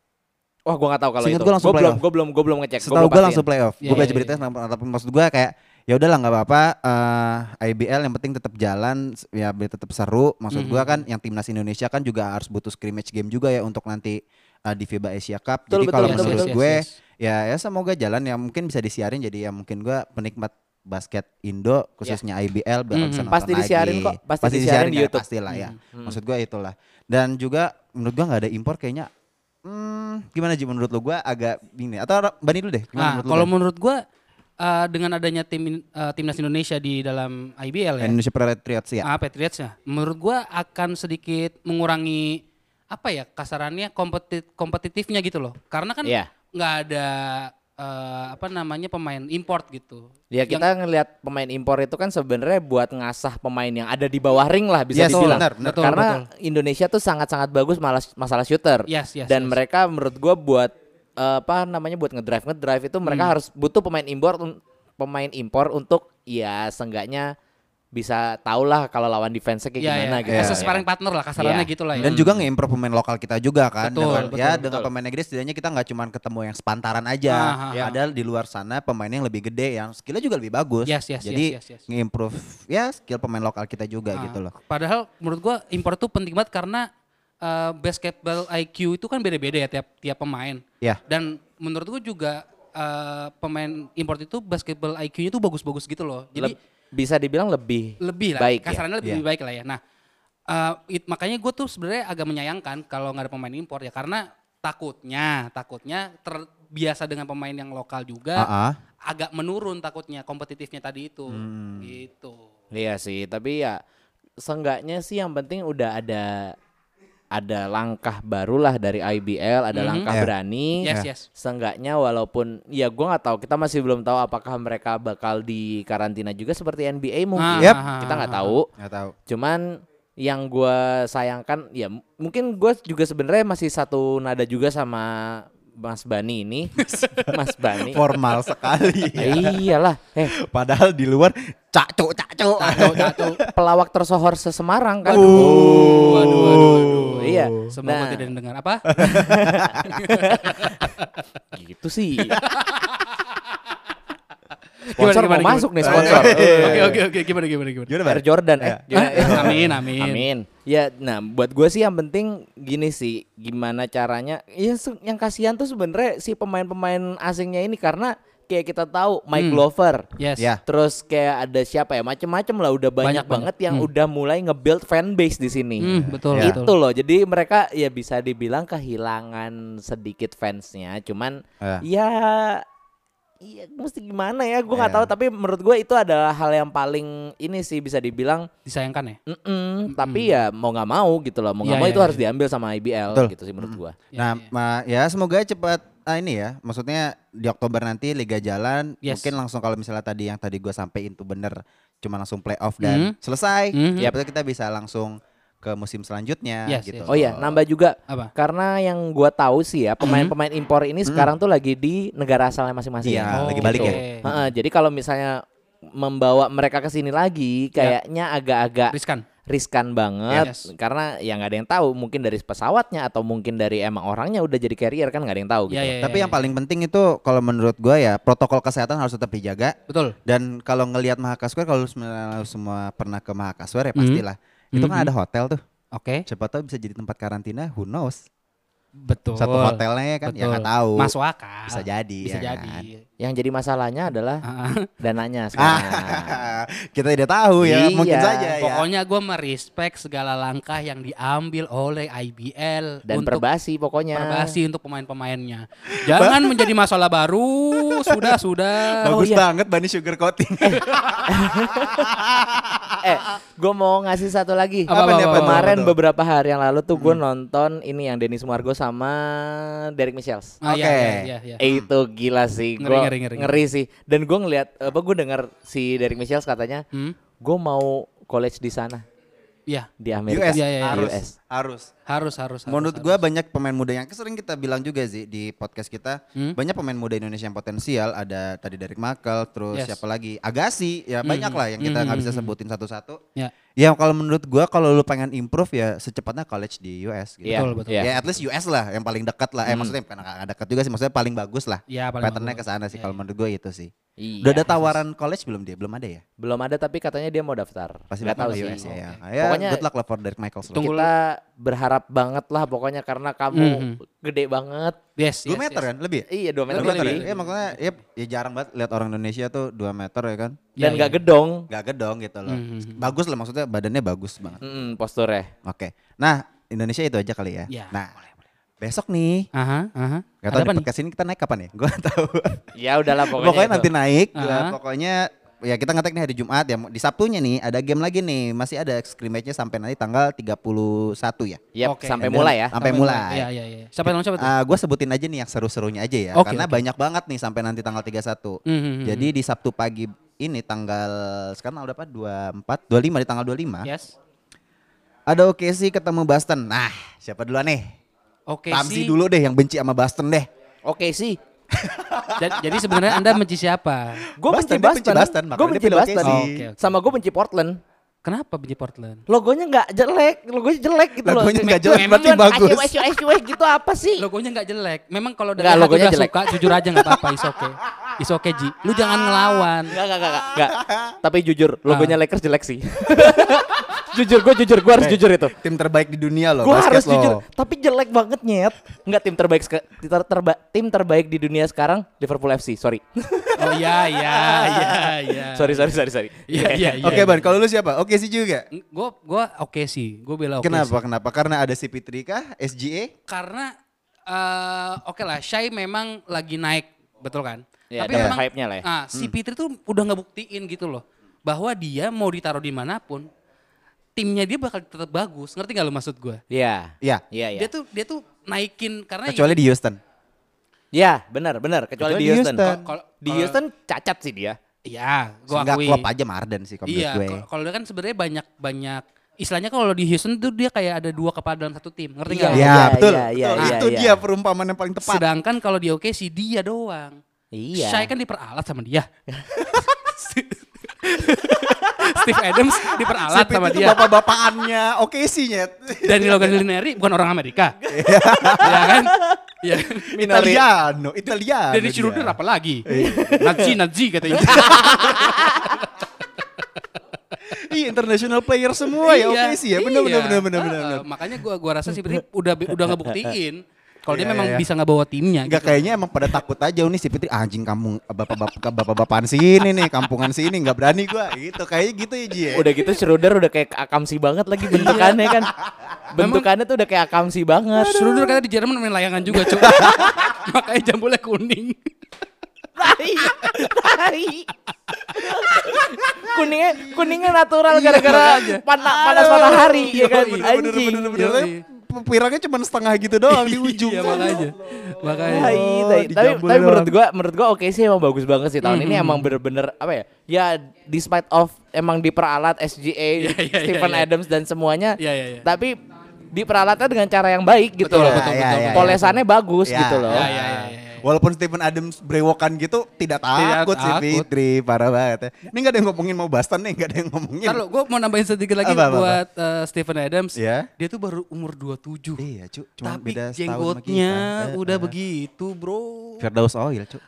[SPEAKER 1] wah gua nggak tahu kalau
[SPEAKER 2] Seingat
[SPEAKER 1] itu
[SPEAKER 2] gua langsung
[SPEAKER 1] gua belum
[SPEAKER 2] playoff.
[SPEAKER 1] gua belum gua belum ngecek
[SPEAKER 2] Setahu
[SPEAKER 1] belum
[SPEAKER 2] gue
[SPEAKER 1] pastiin.
[SPEAKER 2] langsung playoff.
[SPEAKER 3] Iya,
[SPEAKER 2] gue baca
[SPEAKER 3] iya,
[SPEAKER 2] berita tentang- tapi maksud gue kayak ya udahlah nggak apa-apa. eh, IBL yang penting tetap jalan, ya biar tetap seru. Maksud gue
[SPEAKER 1] Mm-hmm.
[SPEAKER 2] kan yang timnas Indonesia kan juga harus butuh scrimmage game juga ya untuk nanti eh, di FIBA Asia Cup.
[SPEAKER 1] Betul,
[SPEAKER 2] Jadi
[SPEAKER 1] betul,
[SPEAKER 2] kalau
[SPEAKER 1] betul,
[SPEAKER 2] menurut
[SPEAKER 3] betul.
[SPEAKER 2] gue
[SPEAKER 3] Yes, yes,
[SPEAKER 2] ya ya semoga jalan yang mungkin bisa disiarin jadi ya mungkin gue penikmat basket Indo khususnya IBL bakal
[SPEAKER 3] Mhm.
[SPEAKER 2] bisa
[SPEAKER 1] Ya.
[SPEAKER 2] nonton
[SPEAKER 1] Mm-hmm. Pasti
[SPEAKER 2] lagi.
[SPEAKER 1] disiarin kok, pasti disiarin di
[SPEAKER 2] kan,
[SPEAKER 1] YouTube.
[SPEAKER 2] Pastilah ya.
[SPEAKER 3] Hmm,
[SPEAKER 2] Maksud gue itulah. Dan juga menurut gue nggak ada impor kayaknya Hmm, gimana Ji menurut lo? Gue agak bingung nih. atau Bani dulu deh. Gimana
[SPEAKER 3] Nah,
[SPEAKER 2] menurut lu,
[SPEAKER 3] kalau
[SPEAKER 2] Ban?
[SPEAKER 3] menurut gua eh, dengan adanya tim in- eh, timnas Indonesia di dalam IBL ya,
[SPEAKER 2] Indonesia Patriots ya.
[SPEAKER 3] ah, Patriots ya, menurut gua akan sedikit mengurangi apa ya kasarannya kompeti- kompetitifnya gitu loh. Karena kan
[SPEAKER 1] Iya.
[SPEAKER 3] nggak ada eh, apa namanya pemain import gitu.
[SPEAKER 1] Ya kita ngelihat pemain impor itu kan sebenarnya buat ngasah pemain yang ada di bawah ring lah bisa
[SPEAKER 2] Yes,
[SPEAKER 1] dibilang.
[SPEAKER 2] benar, benar.
[SPEAKER 1] Karena Indonesia tuh sangat-sangat bagus malah masalah shooter.
[SPEAKER 3] Yes, yes,
[SPEAKER 1] Dan
[SPEAKER 3] yes.
[SPEAKER 1] mereka menurut gua buat eh, apa namanya buat ngedrive ngedrive itu mereka
[SPEAKER 3] Hmm.
[SPEAKER 1] harus butuh pemain impor un- pemain impor untuk ya seenggaknya bisa tahulah kalau lawan defense kayak
[SPEAKER 3] Ya,
[SPEAKER 1] gimana
[SPEAKER 3] ya.
[SPEAKER 1] gitu.
[SPEAKER 3] As a
[SPEAKER 1] Ya.
[SPEAKER 3] sparring partner lah kasarannya
[SPEAKER 1] Iya.
[SPEAKER 3] gitu lah ya.
[SPEAKER 2] Dan juga nge-improve pemain lokal kita juga kan.
[SPEAKER 3] Betul,
[SPEAKER 2] dengan,
[SPEAKER 3] betul,
[SPEAKER 2] ya
[SPEAKER 3] betul.
[SPEAKER 2] dengan pemain negeri setidaknya kita nggak cuma ketemu yang sepantaran aja.
[SPEAKER 3] Ah, ah,
[SPEAKER 2] Ya,
[SPEAKER 3] ah.
[SPEAKER 2] Ada di luar sana pemain yang lebih gede yang skillnya juga lebih bagus.
[SPEAKER 3] Yes, yes,
[SPEAKER 2] Jadi
[SPEAKER 3] yes, yes, yes.
[SPEAKER 2] nge-improve ya skill pemain lokal kita juga
[SPEAKER 3] Ah,
[SPEAKER 2] gitu loh.
[SPEAKER 3] Padahal menurut gua import tuh penting banget karena eh, basketball IQ itu kan beda-beda ya tiap tiap pemain.
[SPEAKER 2] Ya.
[SPEAKER 3] Dan menurut gua juga eh, pemain import itu basketball IQ-nya tuh bagus-bagus gitu loh. Jadi
[SPEAKER 1] Leb- bisa dibilang lebih
[SPEAKER 3] lebih lah,
[SPEAKER 1] baik ya.
[SPEAKER 3] kasarannya lebih baik lah ya. Nah, eh, it- makanya gue tuh sebenarnya agak menyayangkan kalau nggak ada pemain impor ya karena takutnya, takutnya terbiasa dengan pemain yang lokal juga
[SPEAKER 2] Ah, ah.
[SPEAKER 3] agak menurun takutnya kompetitifnya tadi itu, gitu.
[SPEAKER 1] Iya sih, tapi ya seenggaknya sih yang penting udah ada ada langkah barulah dari IBL, ada langkah
[SPEAKER 2] Ya.
[SPEAKER 1] berani.
[SPEAKER 3] Yes, yes.
[SPEAKER 1] Seenggaknya walaupun ya gua nggak tahu, kita masih belum tahu apakah mereka bakal di karantina juga seperti NBA mungkin.
[SPEAKER 2] Yep.
[SPEAKER 1] Kita nggak tahu.
[SPEAKER 2] Nggak tahu.
[SPEAKER 1] Cuman yang gua sayangkan ya m- mungkin gua juga sebenarnya masih satu nada juga sama Mas Bani ini. Mas Bani.
[SPEAKER 2] Formal sekali.
[SPEAKER 3] Iya.
[SPEAKER 2] ya.
[SPEAKER 1] Iyalah. Eh,
[SPEAKER 2] Padahal di luar cacuk cacuk.
[SPEAKER 3] Tahu, tahu.
[SPEAKER 1] pelawak tersohor sesemarang kan.
[SPEAKER 3] Waduh, waduh, waduh.
[SPEAKER 1] Iya. Nah.
[SPEAKER 3] Semoga tidak mendengar apa?
[SPEAKER 1] gitu sih. sponsor
[SPEAKER 3] Gimana, gimana,
[SPEAKER 1] mau
[SPEAKER 3] gimana?
[SPEAKER 1] masuk nih sponsor.
[SPEAKER 3] Oke, oke, oke. Gimana, gimana, gimana?
[SPEAKER 2] Gimana, Bar?
[SPEAKER 1] Air Jordan eh. Gimana?
[SPEAKER 3] Ah, amin, amin.
[SPEAKER 1] Amin. Ya, nah buat gue sih yang penting gini sih, gimana caranya? Ya se- yang kasihan tuh sebenarnya si pemain-pemain asingnya ini karena kayak kita tahu
[SPEAKER 3] Hmm.
[SPEAKER 1] Mike Glover.
[SPEAKER 3] Yes.
[SPEAKER 2] Ya.
[SPEAKER 1] Terus kayak ada siapa ya macem-macem lah udah banyak,
[SPEAKER 3] Ah. Banyak,
[SPEAKER 1] banget yang udah mulai nge-build fanbase di sini.
[SPEAKER 3] Hmm, betul,
[SPEAKER 1] Itu
[SPEAKER 3] betul.
[SPEAKER 1] loh. Jadi mereka ya bisa dibilang kehilangan sedikit fansnya. Cuman
[SPEAKER 2] Eh.
[SPEAKER 1] ya Iya, mesti gimana ya? Gue nggak
[SPEAKER 2] Iya.
[SPEAKER 1] tahu. Tapi menurut gue itu adalah hal yang paling ini sih bisa dibilang,
[SPEAKER 3] Disayangkan ya.
[SPEAKER 1] "Mm-mm," tapi ya mau nggak mau gitu loh. Mau nggak
[SPEAKER 3] Iya,
[SPEAKER 1] mau
[SPEAKER 3] iya,
[SPEAKER 1] itu
[SPEAKER 3] iya.
[SPEAKER 1] harus diambil sama IBL
[SPEAKER 2] Betul.
[SPEAKER 1] gitu sih menurut gue.
[SPEAKER 2] Nah, ma- ya semoga cepat ah, ini ya. Maksudnya di Oktober nanti liga jalan
[SPEAKER 3] Yes.
[SPEAKER 2] mungkin langsung kalau misalnya tadi yang tadi gua sampein tuh bener cuma langsung playoff dan selesai.
[SPEAKER 3] Mhm.
[SPEAKER 2] Ya betul kita bisa langsung ke musim selanjutnya
[SPEAKER 3] Yes,
[SPEAKER 2] gitu.
[SPEAKER 3] yes.
[SPEAKER 1] Oh iya, nambah juga
[SPEAKER 3] Apa?
[SPEAKER 1] karena yang gue tahu sih ya
[SPEAKER 2] Mm-hmm.
[SPEAKER 1] pemain-pemain impor ini sekarang tuh lagi di negara asalnya masing-masing.
[SPEAKER 2] Iya,
[SPEAKER 1] ya.
[SPEAKER 2] lagi balik
[SPEAKER 1] gitu.
[SPEAKER 2] ya.
[SPEAKER 1] Heeh, jadi kalau misalnya membawa mereka ke sini
[SPEAKER 2] Iya.
[SPEAKER 1] lagi, kayaknya agak-agak
[SPEAKER 3] Riskan.
[SPEAKER 1] riskan banget
[SPEAKER 3] Yes.
[SPEAKER 1] karena ya nggak ada yang tahu mungkin dari pesawatnya atau mungkin dari emang orangnya udah jadi carrier kan nggak ada yang tahu gitu.
[SPEAKER 3] Iya, iya, iya,
[SPEAKER 2] Tapi yang
[SPEAKER 3] iya.
[SPEAKER 2] paling penting itu kalau menurut gua ya protokol kesehatan harus tetap dijaga
[SPEAKER 3] Betul.
[SPEAKER 2] dan kalau ngelihat Mahakaswer kalau sebenarnya semua pernah ke Mahakaswer ya
[SPEAKER 3] Mhm.
[SPEAKER 2] pastilah. Itu kan ada hotel tuh.
[SPEAKER 3] Hmm. Oke.
[SPEAKER 2] Siapa tahu bisa jadi tempat karantina, who knows.
[SPEAKER 3] Betul.
[SPEAKER 2] Satu hotelnya ya kan, ya nggak tahu.
[SPEAKER 3] Masuk akal.
[SPEAKER 2] Bisa jadi,
[SPEAKER 3] Bisa
[SPEAKER 2] ya
[SPEAKER 3] jadi.
[SPEAKER 2] kan?
[SPEAKER 1] Yang jadi masalahnya adalah
[SPEAKER 3] Ah,
[SPEAKER 1] dananya sekarang.
[SPEAKER 2] Ah, kita tidak tahu ya,
[SPEAKER 1] Iya.
[SPEAKER 2] mungkin saja ya.
[SPEAKER 3] Pokoknya gue merespek segala langkah yang diambil oleh IBL
[SPEAKER 1] Dan
[SPEAKER 3] untuk
[SPEAKER 1] perbasi pokoknya. Eh,
[SPEAKER 3] perbasi untuk pemain-pemainnya. Jangan menjadi masalah baru. Sudah, sudah.
[SPEAKER 2] Bagus
[SPEAKER 1] iya.
[SPEAKER 2] banget Bani Sugar Coating.
[SPEAKER 1] Eh, gue mau ngasih satu lagi.
[SPEAKER 3] Ah, Apa, Hmm. apa,
[SPEAKER 1] nih,
[SPEAKER 3] apa, apa,
[SPEAKER 1] Kemarin
[SPEAKER 2] apa tuh?
[SPEAKER 1] beberapa hari yang lalu tuh gue nonton ini yang Denis Sumargo sama Derek Michels.
[SPEAKER 3] Ah, iya,
[SPEAKER 2] Oke.
[SPEAKER 3] iya, iya, iya.
[SPEAKER 1] Eh, itu gila sih,
[SPEAKER 3] Ngeri,
[SPEAKER 1] gue ngeri,
[SPEAKER 3] ngeri, ngeri, ngeri.
[SPEAKER 1] sih. Dan gue ngeliat apa gue dengar si Derek Michels katanya,
[SPEAKER 3] Hmm?
[SPEAKER 1] gue mau college di sana
[SPEAKER 3] Iya.
[SPEAKER 1] di Amerika.
[SPEAKER 2] US,
[SPEAKER 3] Iya, iya, iya.
[SPEAKER 2] harus,
[SPEAKER 1] US.
[SPEAKER 2] harus.
[SPEAKER 3] Harus, harus. harus,
[SPEAKER 2] Menurut
[SPEAKER 3] harus.
[SPEAKER 2] gue banyak pemain muda yang sering kita bilang juga sih di podcast kita
[SPEAKER 3] Hmm?
[SPEAKER 2] banyak pemain muda Indonesia yang potensial ada tadi Derek Makel terus
[SPEAKER 3] Yes. Hmm,
[SPEAKER 2] siapa lagi Agassi ya banyak lah yang kita nggak bisa sebutin satu-satu.
[SPEAKER 3] Ya.
[SPEAKER 2] Ya kalau menurut gue kalau lu pengen improve ya secepatnya college di US gitu.
[SPEAKER 1] Iya,
[SPEAKER 3] Betul, betul.
[SPEAKER 1] iya.
[SPEAKER 2] Ya at least US lah yang paling dekat lah. Eh maksudnya bukan nggak dekat juga sih maksudnya paling bagus lah.
[SPEAKER 3] Hmm. Iya, paling
[SPEAKER 2] Patternnya
[SPEAKER 3] bagus.
[SPEAKER 2] ke sana sih
[SPEAKER 3] Iya,
[SPEAKER 2] kalau menurut gue itu sih.
[SPEAKER 1] Iya.
[SPEAKER 2] Udah ada tawaran college belum dia? Belum ada ya?
[SPEAKER 1] Belum ada tapi katanya dia mau daftar.
[SPEAKER 2] Pasti
[SPEAKER 1] Gak
[SPEAKER 2] bakal
[SPEAKER 1] tahu
[SPEAKER 2] ke
[SPEAKER 1] sih.
[SPEAKER 2] US ya. ya.
[SPEAKER 1] Oke.
[SPEAKER 2] Ya,
[SPEAKER 1] Pokoknya
[SPEAKER 2] good luck lah for Derek Michaels. lah.
[SPEAKER 3] Tunggu
[SPEAKER 1] kita berharap banget lah pokoknya karena kamu
[SPEAKER 3] Mhm.
[SPEAKER 1] gede banget.
[SPEAKER 3] Yes,
[SPEAKER 2] Dua
[SPEAKER 3] yes,
[SPEAKER 2] meter
[SPEAKER 3] yes.
[SPEAKER 2] kan lebih? ya?
[SPEAKER 1] Iya, 2 meter
[SPEAKER 2] Dua
[SPEAKER 3] Lebih,
[SPEAKER 2] meter ya?
[SPEAKER 1] lebih.
[SPEAKER 2] Iya maksudnya ya, ya jarang banget lihat orang Indonesia tuh 2 meter ya kan.
[SPEAKER 1] Dan
[SPEAKER 3] Iya,
[SPEAKER 1] gak
[SPEAKER 3] iya.
[SPEAKER 1] gedong.
[SPEAKER 2] Gak gedong gitu loh.
[SPEAKER 3] Mhm.
[SPEAKER 2] Bagus lah maksudnya badannya bagus banget.
[SPEAKER 1] Mm, posturnya.
[SPEAKER 2] Oke. Nah, Indonesia itu aja kali ya.
[SPEAKER 3] Iya,
[SPEAKER 2] Nah, besok nih
[SPEAKER 3] Aha, aha.
[SPEAKER 2] Gak
[SPEAKER 3] Ada
[SPEAKER 2] tau di
[SPEAKER 3] apa nih?
[SPEAKER 2] podcast ini kita naik kapan ya? Gue tahu.
[SPEAKER 1] Ya udahlah
[SPEAKER 2] Pokoknya,
[SPEAKER 1] pokoknya. itu.
[SPEAKER 2] nanti naik.
[SPEAKER 3] Ah.
[SPEAKER 2] ya, pokoknya ya kita ngetek nih hari Jumat ya di Sabtunya nih ada game lagi nih masih ada scrimmage-nya sampai nanti tanggal 31 ya.
[SPEAKER 1] Yap,
[SPEAKER 3] Oke.
[SPEAKER 1] sampai
[SPEAKER 2] And then-
[SPEAKER 1] mulai ya.
[SPEAKER 2] Sampai mulai. Ah,
[SPEAKER 3] Iya, iya, iya. Siapa yang siapa tuh?
[SPEAKER 2] gue sebutin aja nih yang seru-serunya aja ya
[SPEAKER 3] Oke,
[SPEAKER 2] karena
[SPEAKER 3] oke.
[SPEAKER 2] banyak banget nih sampai nanti tanggal 31.
[SPEAKER 3] Hmm, hmm, hmm,
[SPEAKER 2] Jadi di Sabtu pagi ini tanggal sekarang udah apa 24 25 di tanggal 25
[SPEAKER 3] hmm. Yes.
[SPEAKER 2] ada OKC ketemu Boston. Nah, siapa duluan nih?
[SPEAKER 3] Oke
[SPEAKER 2] Ramzi
[SPEAKER 3] sih.
[SPEAKER 2] dulu deh yang benci sama Boston deh.
[SPEAKER 1] Oke sih.
[SPEAKER 3] Ja- Jadi sebenarnya Anda benci siapa?
[SPEAKER 1] Gue
[SPEAKER 2] Boston,
[SPEAKER 1] benci
[SPEAKER 2] dia benci
[SPEAKER 1] Boston.
[SPEAKER 2] Boston,
[SPEAKER 1] Gue
[SPEAKER 2] makanya dia
[SPEAKER 1] benci
[SPEAKER 2] pilih
[SPEAKER 1] Boston.
[SPEAKER 2] OKC.
[SPEAKER 3] Oke, oke.
[SPEAKER 1] Sama gue benci Portland.
[SPEAKER 3] Kenapa benci Portland?
[SPEAKER 1] Logonya nggak jelek, logonya jelek gitu loh.
[SPEAKER 2] Logonya nggak jelek, berarti
[SPEAKER 1] Cuman
[SPEAKER 2] bagus.
[SPEAKER 1] asyik, asyik, asyik, asyik gitu apa sih?
[SPEAKER 3] Logonya nggak jelek. Memang kalau dari
[SPEAKER 1] Nggak,
[SPEAKER 3] hati
[SPEAKER 1] logonya
[SPEAKER 3] udah
[SPEAKER 1] jelek.
[SPEAKER 3] suka, jujur aja nggak apa-apa. Is okay. Is okay, Ji. Lu jangan ngelawan.
[SPEAKER 1] Enggak, enggak, enggak, enggak. Tapi jujur, logonya Lakers jelek sih. jujur, gue jujur, gue harus jujur itu.
[SPEAKER 2] Tim terbaik di dunia loh.
[SPEAKER 1] Gue
[SPEAKER 2] basket
[SPEAKER 1] harus
[SPEAKER 2] loh.
[SPEAKER 1] jujur, tapi jelek banget nyet. Enggak tim terbaik seka- ter- terba- tim terbaik di dunia sekarang Liverpool FC. Sorry.
[SPEAKER 3] Oh iya, iya, iya, iya.
[SPEAKER 1] sorry, sorry, sorry, sorry.
[SPEAKER 3] Iya, iya, iya.
[SPEAKER 2] Oke Ban, kalau lu siapa? Oke sih juga.
[SPEAKER 3] Gue gue oke sih. Gue bela oke.
[SPEAKER 2] kenapa?
[SPEAKER 3] sih.
[SPEAKER 2] Kenapa? Karena ada si Pitrika, SGA.
[SPEAKER 3] Karena eh oke lah, Shay memang lagi naik, betul kan?
[SPEAKER 1] Ya,
[SPEAKER 3] Tapi
[SPEAKER 1] ada
[SPEAKER 3] memang
[SPEAKER 1] hype-nya lah ya.
[SPEAKER 3] ah, si Fitri tuh udah ngebuktiin gitu loh bahwa dia mau ditaruh dimanapun timnya dia bakal tetap bagus. Ngerti gak lo maksud gue?
[SPEAKER 1] Iya.
[SPEAKER 2] Ya.
[SPEAKER 1] Iya, iya.
[SPEAKER 3] Dia tuh dia tuh naikin karena ya,
[SPEAKER 2] Kecuali di Houston.
[SPEAKER 1] Iya, benar, benar. Kecuali
[SPEAKER 2] Kecuali
[SPEAKER 1] di
[SPEAKER 2] di
[SPEAKER 1] Houston.
[SPEAKER 2] Houston.
[SPEAKER 1] Kalau- Di
[SPEAKER 3] Kalau-
[SPEAKER 1] Houston cacat sih dia.
[SPEAKER 3] Iya, gue
[SPEAKER 2] Enggak
[SPEAKER 3] akui.
[SPEAKER 2] klop aja Marden sih kalau
[SPEAKER 3] Iya,
[SPEAKER 2] menurut gue.
[SPEAKER 3] kalau- kalau dia kan sebenarnya banyak banyak istilahnya kalau di Houston tuh dia kayak ada dua kepala dalam satu tim. Ngerti
[SPEAKER 1] Iya,
[SPEAKER 3] nggak?
[SPEAKER 2] Ya,
[SPEAKER 1] iya,
[SPEAKER 2] betul.
[SPEAKER 1] iya, iya,
[SPEAKER 2] Betul.
[SPEAKER 1] iya,
[SPEAKER 2] Itu
[SPEAKER 1] iya.
[SPEAKER 2] dia perumpamaan yang paling tepat.
[SPEAKER 3] Sedangkan kalau di OKC dia doang.
[SPEAKER 1] Iya.
[SPEAKER 3] Shai kan diperalat sama dia. Steve Adams diperalat
[SPEAKER 2] Si Pitt
[SPEAKER 3] sama
[SPEAKER 2] itu
[SPEAKER 3] dia.
[SPEAKER 2] Bapak-bapakannya oke sih nyet.
[SPEAKER 3] Danilo Gallinari bukan orang Amerika. Iya kan? Iya. kan?
[SPEAKER 2] Italiano, Italiano. dia.
[SPEAKER 3] Dennis Schroeder apa lagi? Nazi, Nazi katanya.
[SPEAKER 2] Iya, international player semua ya oke sih ya. Benar benar
[SPEAKER 3] iya.
[SPEAKER 2] benar benar
[SPEAKER 3] Ah,
[SPEAKER 2] benar.
[SPEAKER 3] ah, Makanya gua gua rasa sih Fitri udah udah ngebuktiin kalau dia
[SPEAKER 2] Iya,
[SPEAKER 3] memang
[SPEAKER 2] iya.
[SPEAKER 3] bisa ngebawa timnya gitu.
[SPEAKER 2] Enggak kayaknya emang pada takut aja nih si Fitri anjing kampung bapak-bapak bapak-bapakan sini nih, kampungan sini nggak berani gua. Gitu kayaknya gitu ya Ji. ya.
[SPEAKER 1] Udah gitu Schroeder udah kayak akamsi banget lagi bentukannya
[SPEAKER 3] Iya.
[SPEAKER 1] kan. Bentukannya tuh udah kayak akamsi banget.
[SPEAKER 3] Schroeder kata di Jerman main layangan juga, cuy. Makanya jambulnya kuning.
[SPEAKER 1] Tari, tari. kuningnya kuningnya
[SPEAKER 3] Iya,
[SPEAKER 1] natural gara-gara panas panas matahari ya kan
[SPEAKER 3] Yoi,
[SPEAKER 2] bener
[SPEAKER 1] anjing.
[SPEAKER 2] bener bener bener.
[SPEAKER 3] Yoi.
[SPEAKER 2] Pirangnya cuma setengah gitu doang di ujung.
[SPEAKER 3] Iya, makanya. Makanya.
[SPEAKER 1] Tai, tai.
[SPEAKER 2] Oh,
[SPEAKER 1] tapi,
[SPEAKER 2] dijambul
[SPEAKER 1] tapi menurut
[SPEAKER 2] doang.
[SPEAKER 1] gua menurut gua oke sih emang bagus banget sih tahun ini
[SPEAKER 3] Mm-hmm.
[SPEAKER 1] emang bener-bener apa ya ya despite of emang diperalat SGA
[SPEAKER 3] Iya, iya,
[SPEAKER 1] Stephen
[SPEAKER 3] iya, iya.
[SPEAKER 1] Adams dan semuanya
[SPEAKER 3] Iya, iya, iya.
[SPEAKER 1] tapi diperalatnya dengan cara yang baik gitu
[SPEAKER 3] Betul,
[SPEAKER 1] loh
[SPEAKER 3] betul,
[SPEAKER 2] Ya, betul, ya, betul.
[SPEAKER 1] polesannya bagus
[SPEAKER 2] Ya,
[SPEAKER 1] gitu loh
[SPEAKER 3] Ya, ya, ya, ya, ya.
[SPEAKER 2] Walaupun Stephen Adams brewokan gitu tidak takut, si
[SPEAKER 3] takut.
[SPEAKER 2] Fitri, parah banget ya. Ini gak ada yang ngomongin mau Boston nih, gak ada yang ngomongin.
[SPEAKER 3] Ntar lo, gue mau nambahin sedikit lagi
[SPEAKER 2] Apa, apa, apa?
[SPEAKER 3] buat eh, Stephen Adams.
[SPEAKER 2] Iya.
[SPEAKER 3] Dia tuh baru umur 27.
[SPEAKER 2] Iya, cu, cuma
[SPEAKER 3] Tapi
[SPEAKER 2] beda setahun sama kita.
[SPEAKER 3] jenggotnya
[SPEAKER 2] Eh,
[SPEAKER 3] udah
[SPEAKER 2] eh.
[SPEAKER 3] begitu, bro.
[SPEAKER 2] Firdaus Oil, cu.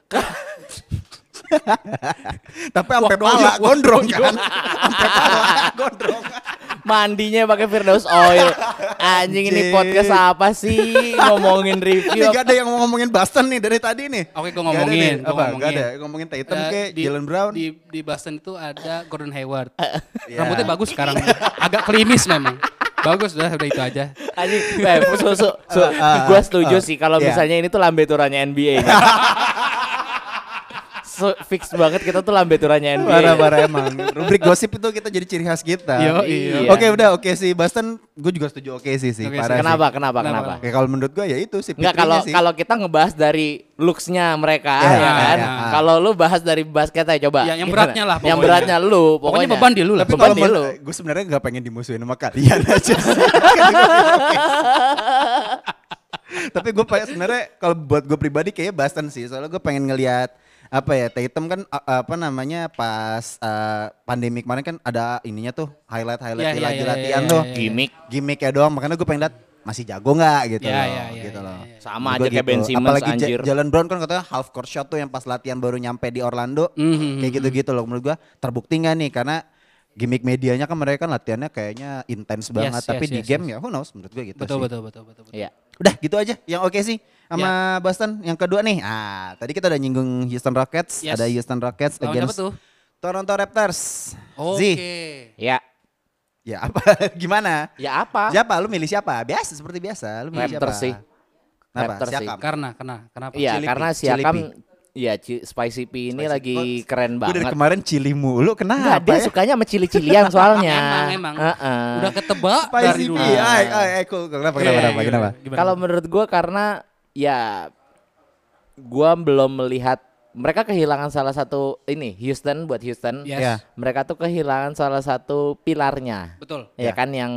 [SPEAKER 2] Tapi sampai
[SPEAKER 3] Waduh,
[SPEAKER 2] pala
[SPEAKER 3] waduh,
[SPEAKER 2] gondrong
[SPEAKER 3] waduh.
[SPEAKER 2] kan. Sampai pala gondrong.
[SPEAKER 1] mandinya pakai Firdaus oil anjing ini
[SPEAKER 2] Anjing.
[SPEAKER 1] podcast apa sih ngomongin
[SPEAKER 2] Tapi
[SPEAKER 1] review
[SPEAKER 2] gak ada yang mau ngomongin Boston nih dari tadi nih.
[SPEAKER 3] Iya. Oke, gua
[SPEAKER 2] Nggak
[SPEAKER 3] ngomongin,
[SPEAKER 2] ada nih.
[SPEAKER 3] gua
[SPEAKER 2] Apa? Gak
[SPEAKER 3] ngomongin.
[SPEAKER 2] ada. Ngomongin Tatum
[SPEAKER 3] Eh,
[SPEAKER 2] ke
[SPEAKER 3] di-
[SPEAKER 2] Jalen Brown.
[SPEAKER 3] Di, di Boston itu ada Gordon Hayward.
[SPEAKER 2] Iya.
[SPEAKER 3] Rambutnya bagus sekarang. Agak klimis memang. Bagus udah udah itu aja.
[SPEAKER 1] Anjing, eh, so, so, so,
[SPEAKER 2] Ah,
[SPEAKER 1] gue setuju
[SPEAKER 2] ah,
[SPEAKER 1] sih kalau
[SPEAKER 2] iya.
[SPEAKER 1] misalnya ini tuh lambe turanya NBA. nih. so, fix banget kita tuh lambe turanya NBA.
[SPEAKER 2] Parah-parah emang. Rubrik gosip itu kita jadi ciri khas kita.
[SPEAKER 3] Yo,
[SPEAKER 1] iya.
[SPEAKER 2] Oke udah oke sih Boston gue juga setuju oke sih sih.
[SPEAKER 3] Oke sih.
[SPEAKER 2] parah sih.
[SPEAKER 1] Kenapa, kenapa,
[SPEAKER 3] Kenapa?
[SPEAKER 1] kenapa?
[SPEAKER 2] Ya kalau menurut gue ya itu sih.
[SPEAKER 1] Enggak
[SPEAKER 2] fitrinya
[SPEAKER 1] kalau
[SPEAKER 2] sih.
[SPEAKER 1] kalau kita ngebahas dari looks-nya mereka
[SPEAKER 2] Iya,
[SPEAKER 1] ya
[SPEAKER 2] iya,
[SPEAKER 1] kan.
[SPEAKER 2] iya, iya.
[SPEAKER 1] Kalau lu bahas dari basketnya coba.
[SPEAKER 3] Iya, yang
[SPEAKER 1] Gimana?
[SPEAKER 3] beratnya lah
[SPEAKER 1] Yang
[SPEAKER 3] pokoknya.
[SPEAKER 1] beratnya lu pokoknya.
[SPEAKER 3] Pokoknya beban di lu lah. Iya,
[SPEAKER 2] tapi
[SPEAKER 1] beban
[SPEAKER 2] kalau
[SPEAKER 1] di lu.
[SPEAKER 2] gue sebenarnya nggak pengen dimusuhin sama kalian aja. sih. tapi gue pengen sebenarnya kalau buat gue pribadi kayaknya Boston sih. Soalnya gue pengen ngelihat apa ya Tatum kan a- apa namanya pas eh, pandemi kemarin kan ada ininya tuh highlight highlight
[SPEAKER 3] Iya, iya,
[SPEAKER 2] lagi
[SPEAKER 3] iya,
[SPEAKER 2] latihan
[SPEAKER 3] iya,
[SPEAKER 2] tuh
[SPEAKER 3] iya, iya.
[SPEAKER 1] Gimmick
[SPEAKER 2] gimmick ya doang makanya gue pengen lihat masih jago nggak gitu
[SPEAKER 3] Iya,
[SPEAKER 2] loh
[SPEAKER 3] iya, iya,
[SPEAKER 2] gitu
[SPEAKER 3] iya,
[SPEAKER 2] loh
[SPEAKER 3] iya.
[SPEAKER 1] Sama aja
[SPEAKER 2] Menurut gua gitu.
[SPEAKER 1] kayak Ben Simmons,
[SPEAKER 2] apalagi Ja-
[SPEAKER 1] anjir.
[SPEAKER 2] Jalen Brown kan katanya half court shot tuh yang pas latihan baru nyampe di Orlando
[SPEAKER 3] Mhm.
[SPEAKER 2] kayak gitu-gitu loh menurut gua terbukti nggak nih karena gimmick medianya kan mereka kan latihannya kayaknya intens banget
[SPEAKER 3] yes,
[SPEAKER 2] tapi di
[SPEAKER 3] yes,
[SPEAKER 2] game ya who knows menurut gua gitu
[SPEAKER 3] Betul, Ya.
[SPEAKER 2] sih
[SPEAKER 3] betul, betul, betul, betul.
[SPEAKER 1] Iya.
[SPEAKER 2] udah gitu aja yang oke sih sama Boston yang kedua nih ah tadi kita udah nyinggung Houston Rockets
[SPEAKER 3] Yes.
[SPEAKER 2] ada Houston Rockets
[SPEAKER 3] Lawan siapa
[SPEAKER 2] against
[SPEAKER 3] tuh?
[SPEAKER 2] Toronto Raptors
[SPEAKER 3] Oke.
[SPEAKER 2] Zee,
[SPEAKER 1] Ya.
[SPEAKER 2] ya apa gimana
[SPEAKER 1] Ya apa?
[SPEAKER 2] Siapa? Lu milih siapa? Biasa seperti biasa. Lu milih
[SPEAKER 1] Raptors
[SPEAKER 2] siapa?
[SPEAKER 1] sih.
[SPEAKER 2] Kenapa?
[SPEAKER 1] Raptors sih. Kan
[SPEAKER 2] Siakam.
[SPEAKER 3] Karena, karena, kenapa?
[SPEAKER 1] Iya,
[SPEAKER 2] Cilipi,
[SPEAKER 1] karena Siakam ya ci- spicy P ini lagi keren
[SPEAKER 2] Gue dari
[SPEAKER 1] banget.
[SPEAKER 2] kemarin cili mulu,
[SPEAKER 1] Enggak,
[SPEAKER 2] kenapa
[SPEAKER 1] dia
[SPEAKER 2] ya?
[SPEAKER 1] sukanya sama cili-cilian soalnya.
[SPEAKER 3] Emang, emang.
[SPEAKER 1] Heeh.
[SPEAKER 3] Udah ketebak dari
[SPEAKER 2] Spicy
[SPEAKER 3] dulu.
[SPEAKER 2] P, ay, ay, ay, cool. Kenapa, kenapa,
[SPEAKER 3] Iya, iya,
[SPEAKER 2] kenapa,
[SPEAKER 3] iya.
[SPEAKER 2] kenapa?
[SPEAKER 3] Gimana?
[SPEAKER 1] Kalau menurut gua karena ya gua belum melihat mereka kehilangan salah satu ini Houston buat Houston.
[SPEAKER 3] Yes.
[SPEAKER 2] Iya.
[SPEAKER 1] Mereka tuh kehilangan salah satu pilarnya.
[SPEAKER 3] Betul.
[SPEAKER 1] Ya kan yang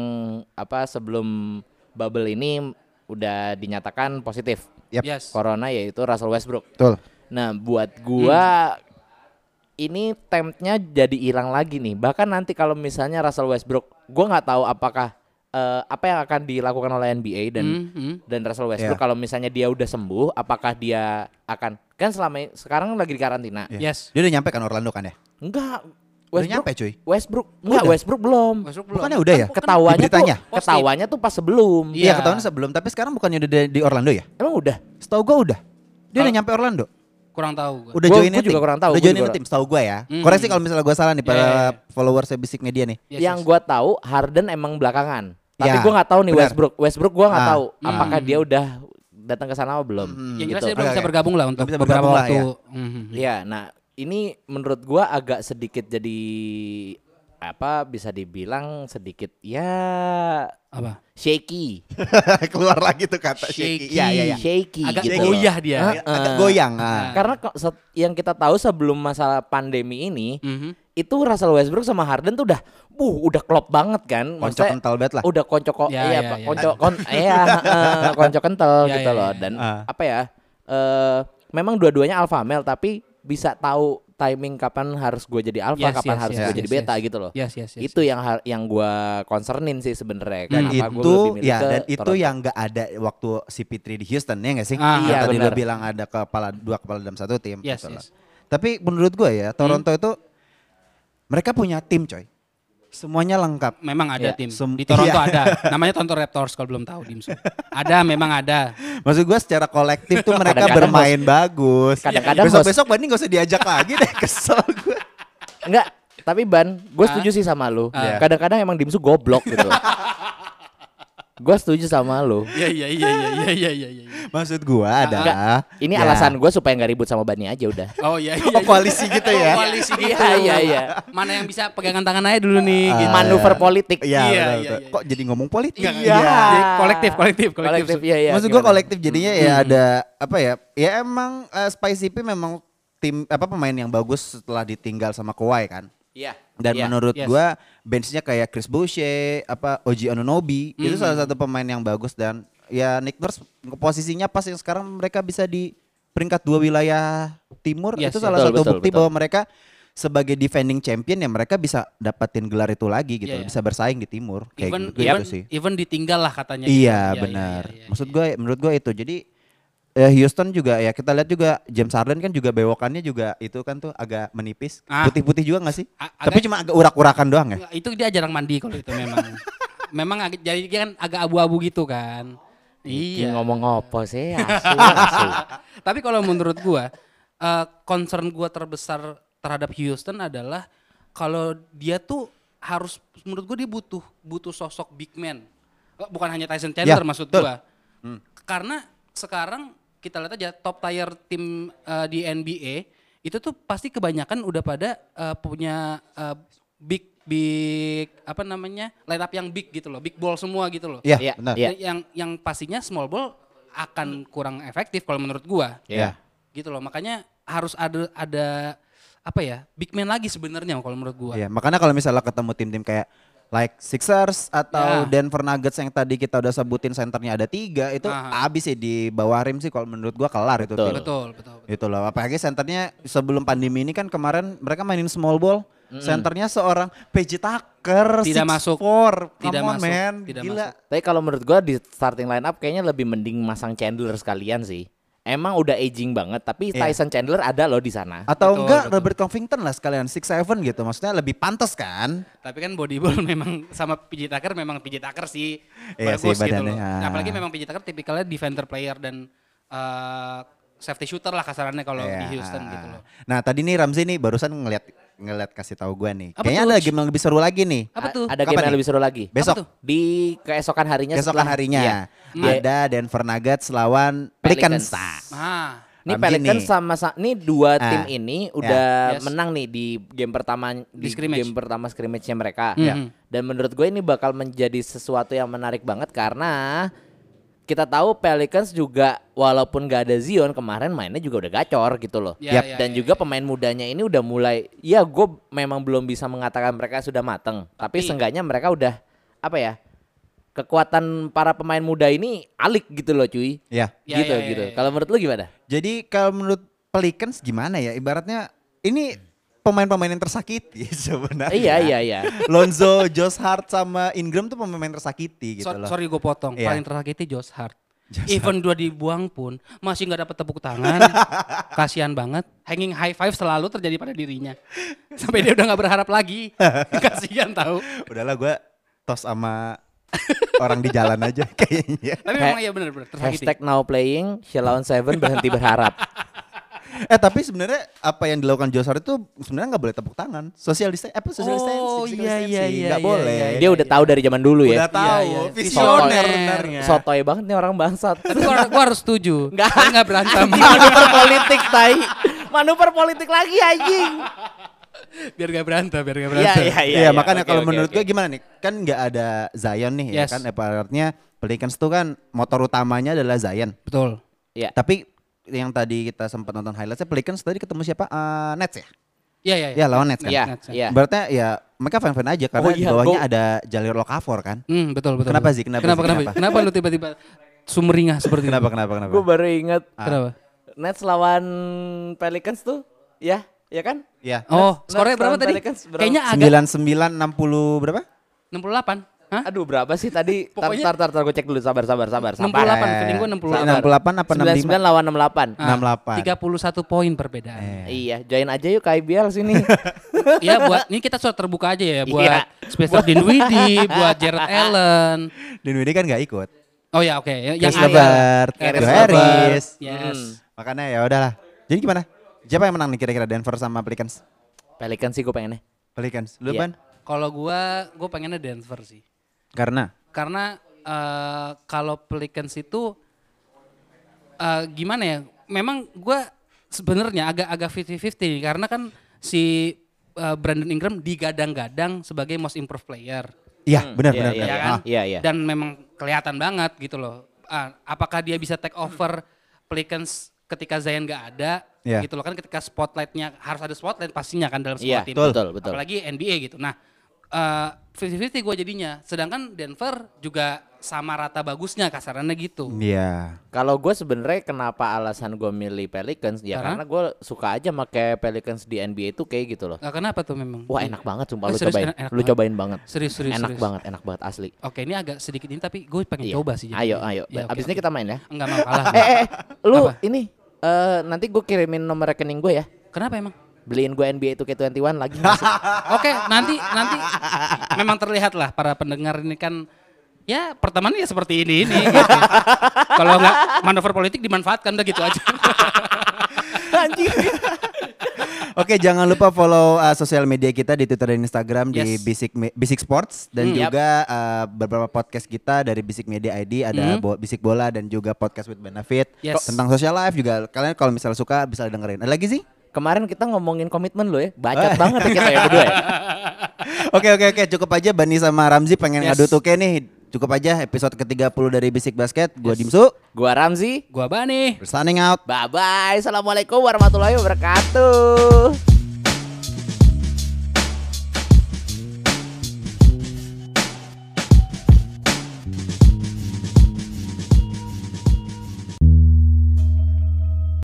[SPEAKER 1] apa sebelum bubble ini udah dinyatakan positif
[SPEAKER 2] Yap.
[SPEAKER 3] Yes.
[SPEAKER 1] corona yaitu Russell Westbrook.
[SPEAKER 2] Betul.
[SPEAKER 1] Nah, buat gua ini temptnya jadi hilang lagi nih. Bahkan nanti kalau misalnya Russell Westbrook, gua nggak tahu apakah eh, apa yang akan dilakukan oleh NBA dan
[SPEAKER 3] Hmm, hmm.
[SPEAKER 1] dan Russell Westbrook
[SPEAKER 2] Iya.
[SPEAKER 1] kalau misalnya dia udah sembuh, apakah dia akan kan selama sekarang lagi di karantina?
[SPEAKER 2] Iya.
[SPEAKER 3] Yes.
[SPEAKER 2] Dia udah nyampe kan Orlando kan ya?
[SPEAKER 1] Enggak.
[SPEAKER 2] Udah
[SPEAKER 1] Westbrook. Iya.
[SPEAKER 2] nyampe cuy.
[SPEAKER 1] Westbrook enggak,
[SPEAKER 2] Udah.
[SPEAKER 1] Westbrook belum.
[SPEAKER 3] Westbrook belum.
[SPEAKER 2] Bukannya udah ya?
[SPEAKER 3] Kan-
[SPEAKER 1] Ketawanya tuh,
[SPEAKER 2] Beritanya.
[SPEAKER 3] Positif.
[SPEAKER 1] ketawanya tuh pas sebelum.
[SPEAKER 3] Iya.
[SPEAKER 2] Iya, ketahuan sebelum. Tapi sekarang bukannya udah di- di Orlando ya?
[SPEAKER 1] Emang udah.
[SPEAKER 2] Setahu gue udah. Dia udah
[SPEAKER 3] Kalau-
[SPEAKER 2] nyampe Orlando.
[SPEAKER 3] kurang tahu gua.
[SPEAKER 2] Udah
[SPEAKER 1] Gua-
[SPEAKER 2] join
[SPEAKER 1] gua juga kurang tahu,
[SPEAKER 2] Udah
[SPEAKER 1] gua
[SPEAKER 2] join
[SPEAKER 1] juga
[SPEAKER 2] tim, setahu gue ya.
[SPEAKER 3] Hmm.
[SPEAKER 2] Koreksi kalau misalnya gue salah nih para
[SPEAKER 3] Iya, iya, iya.
[SPEAKER 2] followersnya Bisik Media nih.
[SPEAKER 3] Yes,
[SPEAKER 1] yang
[SPEAKER 3] yes.
[SPEAKER 1] gua tahu Harden emang belakangan. Tapi
[SPEAKER 2] Ya,
[SPEAKER 1] gua nggak tahu nih
[SPEAKER 2] benar.
[SPEAKER 1] Westbrook. Westbrook gua nggak
[SPEAKER 2] Ah. Hmm,
[SPEAKER 1] tahu
[SPEAKER 3] Hmm.
[SPEAKER 1] apakah dia udah datang ke sana atau belum.
[SPEAKER 3] yang jelas
[SPEAKER 1] gitu.
[SPEAKER 3] dia belum
[SPEAKER 2] Oke,
[SPEAKER 3] bisa
[SPEAKER 2] oke.
[SPEAKER 3] bergabung lah untuk
[SPEAKER 2] Belum bisa
[SPEAKER 3] beberapa
[SPEAKER 2] bergabung lah,
[SPEAKER 3] waktu.
[SPEAKER 2] ya.
[SPEAKER 3] Mhm.
[SPEAKER 1] Iya, nah ini menurut gua agak sedikit jadi apa bisa dibilang sedikit ya
[SPEAKER 3] Apa?
[SPEAKER 1] shaky.
[SPEAKER 2] Keluar lagi tuh kata Shaky.
[SPEAKER 3] Shaky.
[SPEAKER 2] Iya, iya, iya.
[SPEAKER 1] Shaky
[SPEAKER 3] Agak Oh,
[SPEAKER 1] gitu. loh.
[SPEAKER 3] goyah dia.
[SPEAKER 1] Hah?
[SPEAKER 2] Agak goyang. ah.
[SPEAKER 1] Karena kok se- yang kita tahu sebelum masalah pandemi ini
[SPEAKER 3] Mhm.
[SPEAKER 1] itu Russell Westbrook sama Harden tuh udah buh udah klop banget kan.
[SPEAKER 2] Konco
[SPEAKER 1] Maksudnya
[SPEAKER 2] kental banget lah.
[SPEAKER 1] udah konco kok
[SPEAKER 3] Ya,
[SPEAKER 1] iya,
[SPEAKER 3] ya,
[SPEAKER 1] Pak,
[SPEAKER 3] ya.
[SPEAKER 1] konco kon iya heeh, konco kental
[SPEAKER 3] Ya,
[SPEAKER 1] gitu
[SPEAKER 3] ya,
[SPEAKER 1] loh
[SPEAKER 3] ya.
[SPEAKER 1] dan
[SPEAKER 2] Ah.
[SPEAKER 1] apa ya eh memang dua-duanya alpha male tapi bisa tahu timing kapan harus gue jadi alpha
[SPEAKER 3] Yes,
[SPEAKER 1] kapan
[SPEAKER 3] yes,
[SPEAKER 1] harus
[SPEAKER 3] yes,
[SPEAKER 1] gue
[SPEAKER 3] yes,
[SPEAKER 1] jadi beta
[SPEAKER 3] yes.
[SPEAKER 1] gitu loh
[SPEAKER 3] Yes, yes, yes.
[SPEAKER 1] itu yang har- yang gue concernin sih sebenarnya Kenapa
[SPEAKER 2] Dan
[SPEAKER 1] Hmm, gua
[SPEAKER 2] itu
[SPEAKER 1] lebih milih
[SPEAKER 2] ya
[SPEAKER 1] ke
[SPEAKER 2] dan itu
[SPEAKER 1] Toronto.
[SPEAKER 2] yang nggak ada waktu si Pitri di Houston ya nggak sih?
[SPEAKER 3] Ah,
[SPEAKER 2] Yang
[SPEAKER 1] iya,
[SPEAKER 2] tadi
[SPEAKER 1] benar.
[SPEAKER 2] lo bilang ada kepala dua kepala dalam satu tim.
[SPEAKER 3] Yes,
[SPEAKER 2] gitu
[SPEAKER 3] yes.
[SPEAKER 2] loh. Tapi menurut gue ya Toronto
[SPEAKER 1] Hmm.
[SPEAKER 2] itu mereka punya tim coy. Semuanya lengkap.
[SPEAKER 3] Memang ada
[SPEAKER 1] Ya,
[SPEAKER 3] tim
[SPEAKER 2] sem-
[SPEAKER 3] di Toronto
[SPEAKER 2] iya.
[SPEAKER 3] ada. Namanya Toronto Raptors kalau belum tahu Dimsum. Ada memang ada.
[SPEAKER 2] Maksud gue secara kolektif tuh mereka
[SPEAKER 1] Kadang-kadang
[SPEAKER 2] bermain bagus.
[SPEAKER 1] kadang-kadang host-
[SPEAKER 2] besok-besok banding gak usah diajak lagi deh kesel gue.
[SPEAKER 1] enggak tapi ban gue setuju sih sama lu
[SPEAKER 2] Ah.
[SPEAKER 1] kadang-kadang emang dimsu goblok gitu gue setuju sama lu
[SPEAKER 3] Iya iya iya iya iya iya iya. iya.
[SPEAKER 2] Maksud gue adalah
[SPEAKER 1] ini
[SPEAKER 2] ya,
[SPEAKER 1] alasan gue supaya nggak ribut sama Bani aja udah
[SPEAKER 3] Oh iya iya.
[SPEAKER 2] Oh,
[SPEAKER 3] iya.
[SPEAKER 2] koalisi gitu ya.
[SPEAKER 3] Oh, koalisi gitu.
[SPEAKER 1] Iya, iya, iya.
[SPEAKER 3] Mana yang bisa pegangan tangan aja dulu nih
[SPEAKER 2] Ah,
[SPEAKER 3] gitu.
[SPEAKER 1] manuver politik
[SPEAKER 2] Iya,
[SPEAKER 3] Iya,
[SPEAKER 2] betul,
[SPEAKER 3] iya,
[SPEAKER 2] betul.
[SPEAKER 3] iya.
[SPEAKER 2] Kok jadi ngomong politik?
[SPEAKER 3] Iya, iya. Jadi kolektif, kolektif, kolektif.
[SPEAKER 1] iya, iya.
[SPEAKER 2] Maksud gue
[SPEAKER 1] Gimana?
[SPEAKER 2] kolektif jadinya ya
[SPEAKER 3] Hmm.
[SPEAKER 2] ada apa ya? Ya emang eh, Spicy P memang tim apa pemain yang bagus setelah ditinggal sama Kawhi kan.
[SPEAKER 1] Iya.
[SPEAKER 2] Dan
[SPEAKER 1] Iya.
[SPEAKER 2] menurut
[SPEAKER 3] yes.
[SPEAKER 2] gua benchnya kayak Chris Boucher, apa Oji Anunobi itu salah
[SPEAKER 3] Hmm.
[SPEAKER 2] satu pemain yang bagus dan ya Nick Nurse posisinya pas yang sekarang mereka bisa di peringkat dua wilayah timur
[SPEAKER 3] Yes,
[SPEAKER 2] itu
[SPEAKER 3] yes.
[SPEAKER 2] salah
[SPEAKER 1] Betul,
[SPEAKER 2] satu
[SPEAKER 1] betul,
[SPEAKER 2] bukti
[SPEAKER 1] betul.
[SPEAKER 2] bahwa mereka sebagai defending champion ya mereka bisa dapatin gelar itu lagi gitu,
[SPEAKER 3] Iya, iya.
[SPEAKER 2] bisa bersaing di timur kayak
[SPEAKER 3] Even,
[SPEAKER 2] gitu,
[SPEAKER 3] even,
[SPEAKER 2] gitu sih.
[SPEAKER 3] even ditinggal lah katanya. gitu.
[SPEAKER 2] Iya benar.
[SPEAKER 3] iya, iya.
[SPEAKER 2] Maksud gue, menurut gue itu. Jadi eh, Houston juga ya kita lihat juga James Harden kan juga bewokannya juga itu kan tuh agak menipis.
[SPEAKER 3] Ah.
[SPEAKER 2] Putih-putih juga nggak sih?
[SPEAKER 3] A- Iya,
[SPEAKER 2] Tapi
[SPEAKER 3] agak-
[SPEAKER 2] cuma agak urak-urakan doang ya.
[SPEAKER 3] Nggak, itu dia jarang mandi kalau itu memang. memang agak, jadi dia kan agak abu-abu gitu kan.
[SPEAKER 1] Iya.
[SPEAKER 2] Gitu,
[SPEAKER 3] Iya.
[SPEAKER 1] ngomong apa sih? Asu, asu.
[SPEAKER 3] Tapi kalau menurut gua, eh, concern gua terbesar terhadap Houston adalah kalau dia tuh harus menurut gua dia butuh butuh sosok big man. Eh, Bukan hanya Tyson Chandler
[SPEAKER 2] Ya,
[SPEAKER 3] maksud
[SPEAKER 2] betul.
[SPEAKER 3] gua. Karena sekarang kita lihat aja top tier tim eh, di NBA itu tuh pasti kebanyakan udah pada eh, punya eh, big big apa namanya? line up yang big gitu loh, big ball semua gitu loh.
[SPEAKER 2] Iya,
[SPEAKER 1] Iya,
[SPEAKER 2] benar.
[SPEAKER 1] iya.
[SPEAKER 3] Yang yang pastinya small ball akan kurang efektif kalau menurut gua
[SPEAKER 2] Iya.
[SPEAKER 3] gitu loh makanya harus ada ada apa ya big man lagi sebenarnya kalau menurut gua
[SPEAKER 2] Iya, makanya kalau misalnya ketemu tim-tim kayak like Sixers atau
[SPEAKER 3] Ya.
[SPEAKER 2] Denver Nuggets yang tadi kita udah sebutin senternya ada tiga itu
[SPEAKER 3] Aha.
[SPEAKER 2] habis sih di bawah rim sih kalau menurut gua kelar itu
[SPEAKER 1] Betul.
[SPEAKER 2] tim.
[SPEAKER 3] betul betul, betul.
[SPEAKER 2] Itu Gitu loh, apalagi senternya sebelum pandemi ini kan kemarin mereka mainin small ball. Senternya seorang PJ Tucker,
[SPEAKER 3] Tidak masuk.
[SPEAKER 2] four,
[SPEAKER 3] Tidak masuk,
[SPEAKER 2] man,
[SPEAKER 3] tidak
[SPEAKER 2] gila.
[SPEAKER 3] masuk.
[SPEAKER 1] Tapi kalau menurut gua di starting line up kayaknya lebih mending masang Chandler sekalian sih. Emang udah aging banget, tapi
[SPEAKER 2] Iya.
[SPEAKER 1] Tyson Chandler ada loh di sana.
[SPEAKER 2] Atau
[SPEAKER 3] Betul,
[SPEAKER 2] enggak
[SPEAKER 3] betul.
[SPEAKER 2] Robert Covington lah sekalian six seven gitu, maksudnya lebih pantas kan?
[SPEAKER 3] tapi kan body ball memang sama PJ Tucker memang PJ Tucker sih
[SPEAKER 2] Iya sih,
[SPEAKER 3] bagus gitu
[SPEAKER 2] badannya, ya.
[SPEAKER 3] loh apalagi memang PJ Tucker tipikalnya defender player dan eh, safety shooter lah kasarannya kalau
[SPEAKER 2] Iya.
[SPEAKER 3] di Houston gitu loh
[SPEAKER 2] Nah tadi nih Ramzi nih barusan ngeliat ngeliat kasih tahu gue nih.
[SPEAKER 3] Apa
[SPEAKER 2] Kayaknya
[SPEAKER 3] tuh?
[SPEAKER 2] ada game yang lebih seru lagi nih.
[SPEAKER 3] apa
[SPEAKER 1] A-
[SPEAKER 3] tuh
[SPEAKER 1] Ada
[SPEAKER 2] Kapan
[SPEAKER 1] game yang
[SPEAKER 2] nih?
[SPEAKER 1] lebih seru lagi.
[SPEAKER 2] Besok,
[SPEAKER 3] tuh?
[SPEAKER 1] Di keesokan harinya
[SPEAKER 2] keesokan
[SPEAKER 1] setelah-
[SPEAKER 2] harinya
[SPEAKER 1] Iya. Iya.
[SPEAKER 2] ada Denver Nuggets lawan Pelicans.
[SPEAKER 1] Pelicans.
[SPEAKER 3] ah
[SPEAKER 1] Ini
[SPEAKER 2] Ramji
[SPEAKER 1] Pelicans
[SPEAKER 2] nih.
[SPEAKER 1] sama sa- nih dua
[SPEAKER 2] Ah,
[SPEAKER 1] tim ini udah
[SPEAKER 3] Yes.
[SPEAKER 1] menang nih di game pertama di
[SPEAKER 3] scrimmage.
[SPEAKER 1] game pertama scrimmage-nya mereka.
[SPEAKER 3] Ya.
[SPEAKER 1] Dan menurut gue ini bakal menjadi sesuatu yang menarik banget karena kita tahu Pelicans juga walaupun gak ada Zion kemarin mainnya juga udah gacor gitu loh.
[SPEAKER 3] Ya, Yap. ya,
[SPEAKER 1] Dan
[SPEAKER 3] ya,
[SPEAKER 1] juga
[SPEAKER 3] ya.
[SPEAKER 1] pemain mudanya ini udah mulai ya gue memang belum bisa mengatakan mereka sudah mateng, tapi,
[SPEAKER 3] Tapi-
[SPEAKER 1] seenggaknya mereka udah apa ya? Kekuatan para pemain muda ini alik gitu loh cuy.
[SPEAKER 2] Ya.
[SPEAKER 3] Ya,
[SPEAKER 1] gitu
[SPEAKER 3] ya, ya,
[SPEAKER 1] gitu.
[SPEAKER 3] ya.
[SPEAKER 1] Kalau menurut lu gimana?
[SPEAKER 2] Jadi kalau menurut Pelicans gimana ya? Ibaratnya ini pemain-pemain yang tersakiti sebenarnya.
[SPEAKER 1] iya iya iya.
[SPEAKER 2] Lonzo, Josh Hart sama Ingram tuh pemain tersakiti gitu
[SPEAKER 3] So-
[SPEAKER 2] loh.
[SPEAKER 3] sorry gue potong.
[SPEAKER 2] Iya.
[SPEAKER 3] Paling tersakiti Josh Hart.
[SPEAKER 2] Josh
[SPEAKER 3] Even dua dibuang pun masih nggak dapat tepuk tangan. Kasihan banget. Hanging high five selalu terjadi pada dirinya. Sampai dia udah nggak berharap lagi. Kasihan tahu.
[SPEAKER 2] Udahlah gue tos sama orang di jalan aja kayaknya.
[SPEAKER 3] Tapi memang ya benar-benar tersakiti.
[SPEAKER 1] Hashtag now playing, Shalom Seven berhenti berharap.
[SPEAKER 2] Eh tapi sebenarnya apa yang dilakukan Josh Hart itu sebenarnya nggak boleh tepuk tangan. Social distancing, apa social
[SPEAKER 3] Oh,
[SPEAKER 2] distancing? physical
[SPEAKER 3] iya, iya,
[SPEAKER 2] distancing.
[SPEAKER 3] iya,
[SPEAKER 2] Nggak
[SPEAKER 3] iya,
[SPEAKER 2] boleh.
[SPEAKER 3] iya, ya.
[SPEAKER 1] Dia udah tahu dari zaman dulu ya.
[SPEAKER 2] Udah tahu,
[SPEAKER 3] Iya, iya.
[SPEAKER 2] visioner
[SPEAKER 1] Sotoy.
[SPEAKER 2] benarnya.
[SPEAKER 1] Sotoy banget nih orang bangsat.
[SPEAKER 3] Tapi gue harus setuju.
[SPEAKER 1] Nggak.
[SPEAKER 3] Dia nggak berantem.
[SPEAKER 1] Manuver politik tai. Manuver politik lagi anjing.
[SPEAKER 3] biar nggak berantem, biar nggak
[SPEAKER 1] Iya
[SPEAKER 3] berantem.
[SPEAKER 1] iya iya.
[SPEAKER 2] Iya,
[SPEAKER 1] iya.
[SPEAKER 2] makanya
[SPEAKER 1] Oke,
[SPEAKER 2] kalau
[SPEAKER 1] oke,
[SPEAKER 2] menurut
[SPEAKER 1] oke.
[SPEAKER 2] gue gimana nih? Kan nggak ada Zion nih
[SPEAKER 3] Yes.
[SPEAKER 2] ya kan? Ibaratnya Pelicans tuh kan motor utamanya adalah Zion.
[SPEAKER 3] Betul.
[SPEAKER 1] Iya.
[SPEAKER 2] Tapi yang tadi kita sempat nonton highlightsnya Pelicans tadi ketemu siapa? Eh, Nets ya?
[SPEAKER 3] Iya iya.
[SPEAKER 2] Ya lawan Nets kan?
[SPEAKER 1] Iya
[SPEAKER 3] Nets,
[SPEAKER 1] iya.
[SPEAKER 2] Berarti ya mereka fan-fan aja karena
[SPEAKER 1] Oh, iya,
[SPEAKER 2] di bawahnya
[SPEAKER 1] gua-
[SPEAKER 2] ada jalur lokavor kan?
[SPEAKER 3] Hmm, betul betul.
[SPEAKER 2] Kenapa
[SPEAKER 3] betul.
[SPEAKER 2] sih? Kenapa
[SPEAKER 3] Kenapa
[SPEAKER 2] sih?
[SPEAKER 3] kenapa?
[SPEAKER 2] Kenapa?
[SPEAKER 3] Kenapa lu tiba-tiba sumringah seperti itu?
[SPEAKER 2] Kenapa kenapa kenapa?
[SPEAKER 1] Gue baru inget
[SPEAKER 3] Kenapa?
[SPEAKER 1] Nets lawan Pelicans tuh, ya, ya kan?
[SPEAKER 2] Iya.
[SPEAKER 3] Oh,
[SPEAKER 1] Nets
[SPEAKER 3] skornya berapa
[SPEAKER 1] lawan
[SPEAKER 3] tadi?
[SPEAKER 1] Pelicans berapa?
[SPEAKER 3] Kayaknya agak
[SPEAKER 2] 99 60 berapa?
[SPEAKER 3] 68. Hah?
[SPEAKER 1] Aduh berapa sih tadi? Tar
[SPEAKER 3] Pokoknya-
[SPEAKER 1] tar tar, tar gue cek dulu sabar sabar sabar. sabar.
[SPEAKER 3] 68, feeling gua 68.
[SPEAKER 2] 68 apa
[SPEAKER 1] 99
[SPEAKER 2] 65?
[SPEAKER 1] lawan 68.
[SPEAKER 3] Ah,
[SPEAKER 2] 68.
[SPEAKER 3] 31 poin perbedaan.
[SPEAKER 2] Eh.
[SPEAKER 1] Iya, join aja yuk ke IBL sini.
[SPEAKER 3] Ya buat ini kita sudah terbuka aja ya buat
[SPEAKER 1] Iya.
[SPEAKER 3] Spencer Dinwiddie, buat Jared Allen.
[SPEAKER 2] Dinwiddie kan gak ikut.
[SPEAKER 3] Oh ya oke, yang
[SPEAKER 2] Chris Levert,
[SPEAKER 3] Harris.
[SPEAKER 2] Joe Harris.
[SPEAKER 3] Yes.
[SPEAKER 1] Hmm,
[SPEAKER 2] Makanya ya udahlah. Jadi gimana? Siapa yang menang nih kira-kira Denver sama Pelicans?
[SPEAKER 1] Pelicans sih gue pengennya.
[SPEAKER 2] Pelicans. Lu
[SPEAKER 1] Iya.
[SPEAKER 2] Ban?
[SPEAKER 3] Kalau gua gua pengennya Denver sih.
[SPEAKER 2] Karena
[SPEAKER 3] Karena eh, kalau Pelicans itu eh, gimana ya? Memang gua sebenarnya agak-agak 50-50 karena kan si eh, Brandon Ingram digadang-gadang sebagai most improved player.
[SPEAKER 2] Iya, benar
[SPEAKER 1] iya,
[SPEAKER 2] benar
[SPEAKER 1] iya,
[SPEAKER 2] benar.
[SPEAKER 3] ya kan?
[SPEAKER 2] Ah,
[SPEAKER 1] Iya, iya.
[SPEAKER 3] Dan memang kelihatan banget gitu loh. Ah, apakah dia bisa take over Pelicans ketika Zion gak ada?
[SPEAKER 2] Iya.
[SPEAKER 3] Gitu loh kan ketika spotlightnya harus ada spotlight pastinya kan dalam
[SPEAKER 1] Iya,
[SPEAKER 3] sebuah tim.
[SPEAKER 1] betul, betul, betul.
[SPEAKER 3] Apalagi NBA gitu. Nah, fifty fifty gue jadinya. Sedangkan Denver juga sama rata bagusnya kasarannya gitu.
[SPEAKER 2] Iya.
[SPEAKER 1] Kalau gue sebenarnya kenapa alasan gue milih Pelicans ya
[SPEAKER 3] Karena?
[SPEAKER 1] karena gue suka aja make Pelicans di NBA itu kayak gitu loh.
[SPEAKER 3] Nah, kenapa tuh memang?
[SPEAKER 1] Wah enak banget sumpah
[SPEAKER 3] Eh,
[SPEAKER 1] lu
[SPEAKER 3] serius,
[SPEAKER 1] cobain,
[SPEAKER 3] enak- enak
[SPEAKER 1] lu
[SPEAKER 3] banget.
[SPEAKER 1] cobain banget.
[SPEAKER 3] Serius, serius,
[SPEAKER 1] enak
[SPEAKER 3] serius.
[SPEAKER 1] banget, enak banget asli.
[SPEAKER 3] Oke, ini agak sedikit ini tapi gue pengen
[SPEAKER 1] Iya.
[SPEAKER 3] coba sih. jadinya.
[SPEAKER 1] Ayo, ayo.
[SPEAKER 3] Ya, oke,
[SPEAKER 1] Abis ini
[SPEAKER 3] oke.
[SPEAKER 1] kita main ya.
[SPEAKER 3] Enggak mau kalah.
[SPEAKER 1] Eh, eh, eh, lu ini eh, nanti gue kirimin nomor rekening gue ya.
[SPEAKER 3] Kenapa emang?
[SPEAKER 1] Beliin gue NBA 2K21 lagi. masuk.
[SPEAKER 3] Oke, nanti nanti memang terlihat lah para pendengar ini kan ya pertemanan ya seperti ini ini. Gitu. Kalau nggak manuver politik dimanfaatkan udah gitu aja.
[SPEAKER 1] Anjing.
[SPEAKER 2] Oke, jangan lupa follow uh, sosial media kita di Twitter dan Instagram di
[SPEAKER 3] Yes.
[SPEAKER 2] Basic Me- Basic Sports dan
[SPEAKER 1] Hmm.
[SPEAKER 2] juga uh, beberapa podcast kita dari Basic Media ID ada
[SPEAKER 1] Hmm.
[SPEAKER 2] Bo- Basic Bola dan juga podcast with benefit
[SPEAKER 3] Yes.
[SPEAKER 2] tentang social life juga. Kalian kalau misalnya suka bisa dengerin. Ada lagi sih?
[SPEAKER 1] Kemarin kita ngomongin komitmen lo ya,
[SPEAKER 3] Eh.
[SPEAKER 1] bacot banget ya kita ya berdua ya.
[SPEAKER 2] Oke oke oke cukup aja Bani sama Ramzi pengen
[SPEAKER 3] Yes.
[SPEAKER 2] ngadu tuke nih. Cukup aja episode ke-30 dari Basic Basket. Gua
[SPEAKER 3] Yes.
[SPEAKER 2] Dimsu.
[SPEAKER 1] Gua Ramzi,
[SPEAKER 3] Gua Bani.
[SPEAKER 2] We're signing out.
[SPEAKER 1] bye bye. Assalamualaikum warahmatullahi wabarakatuh.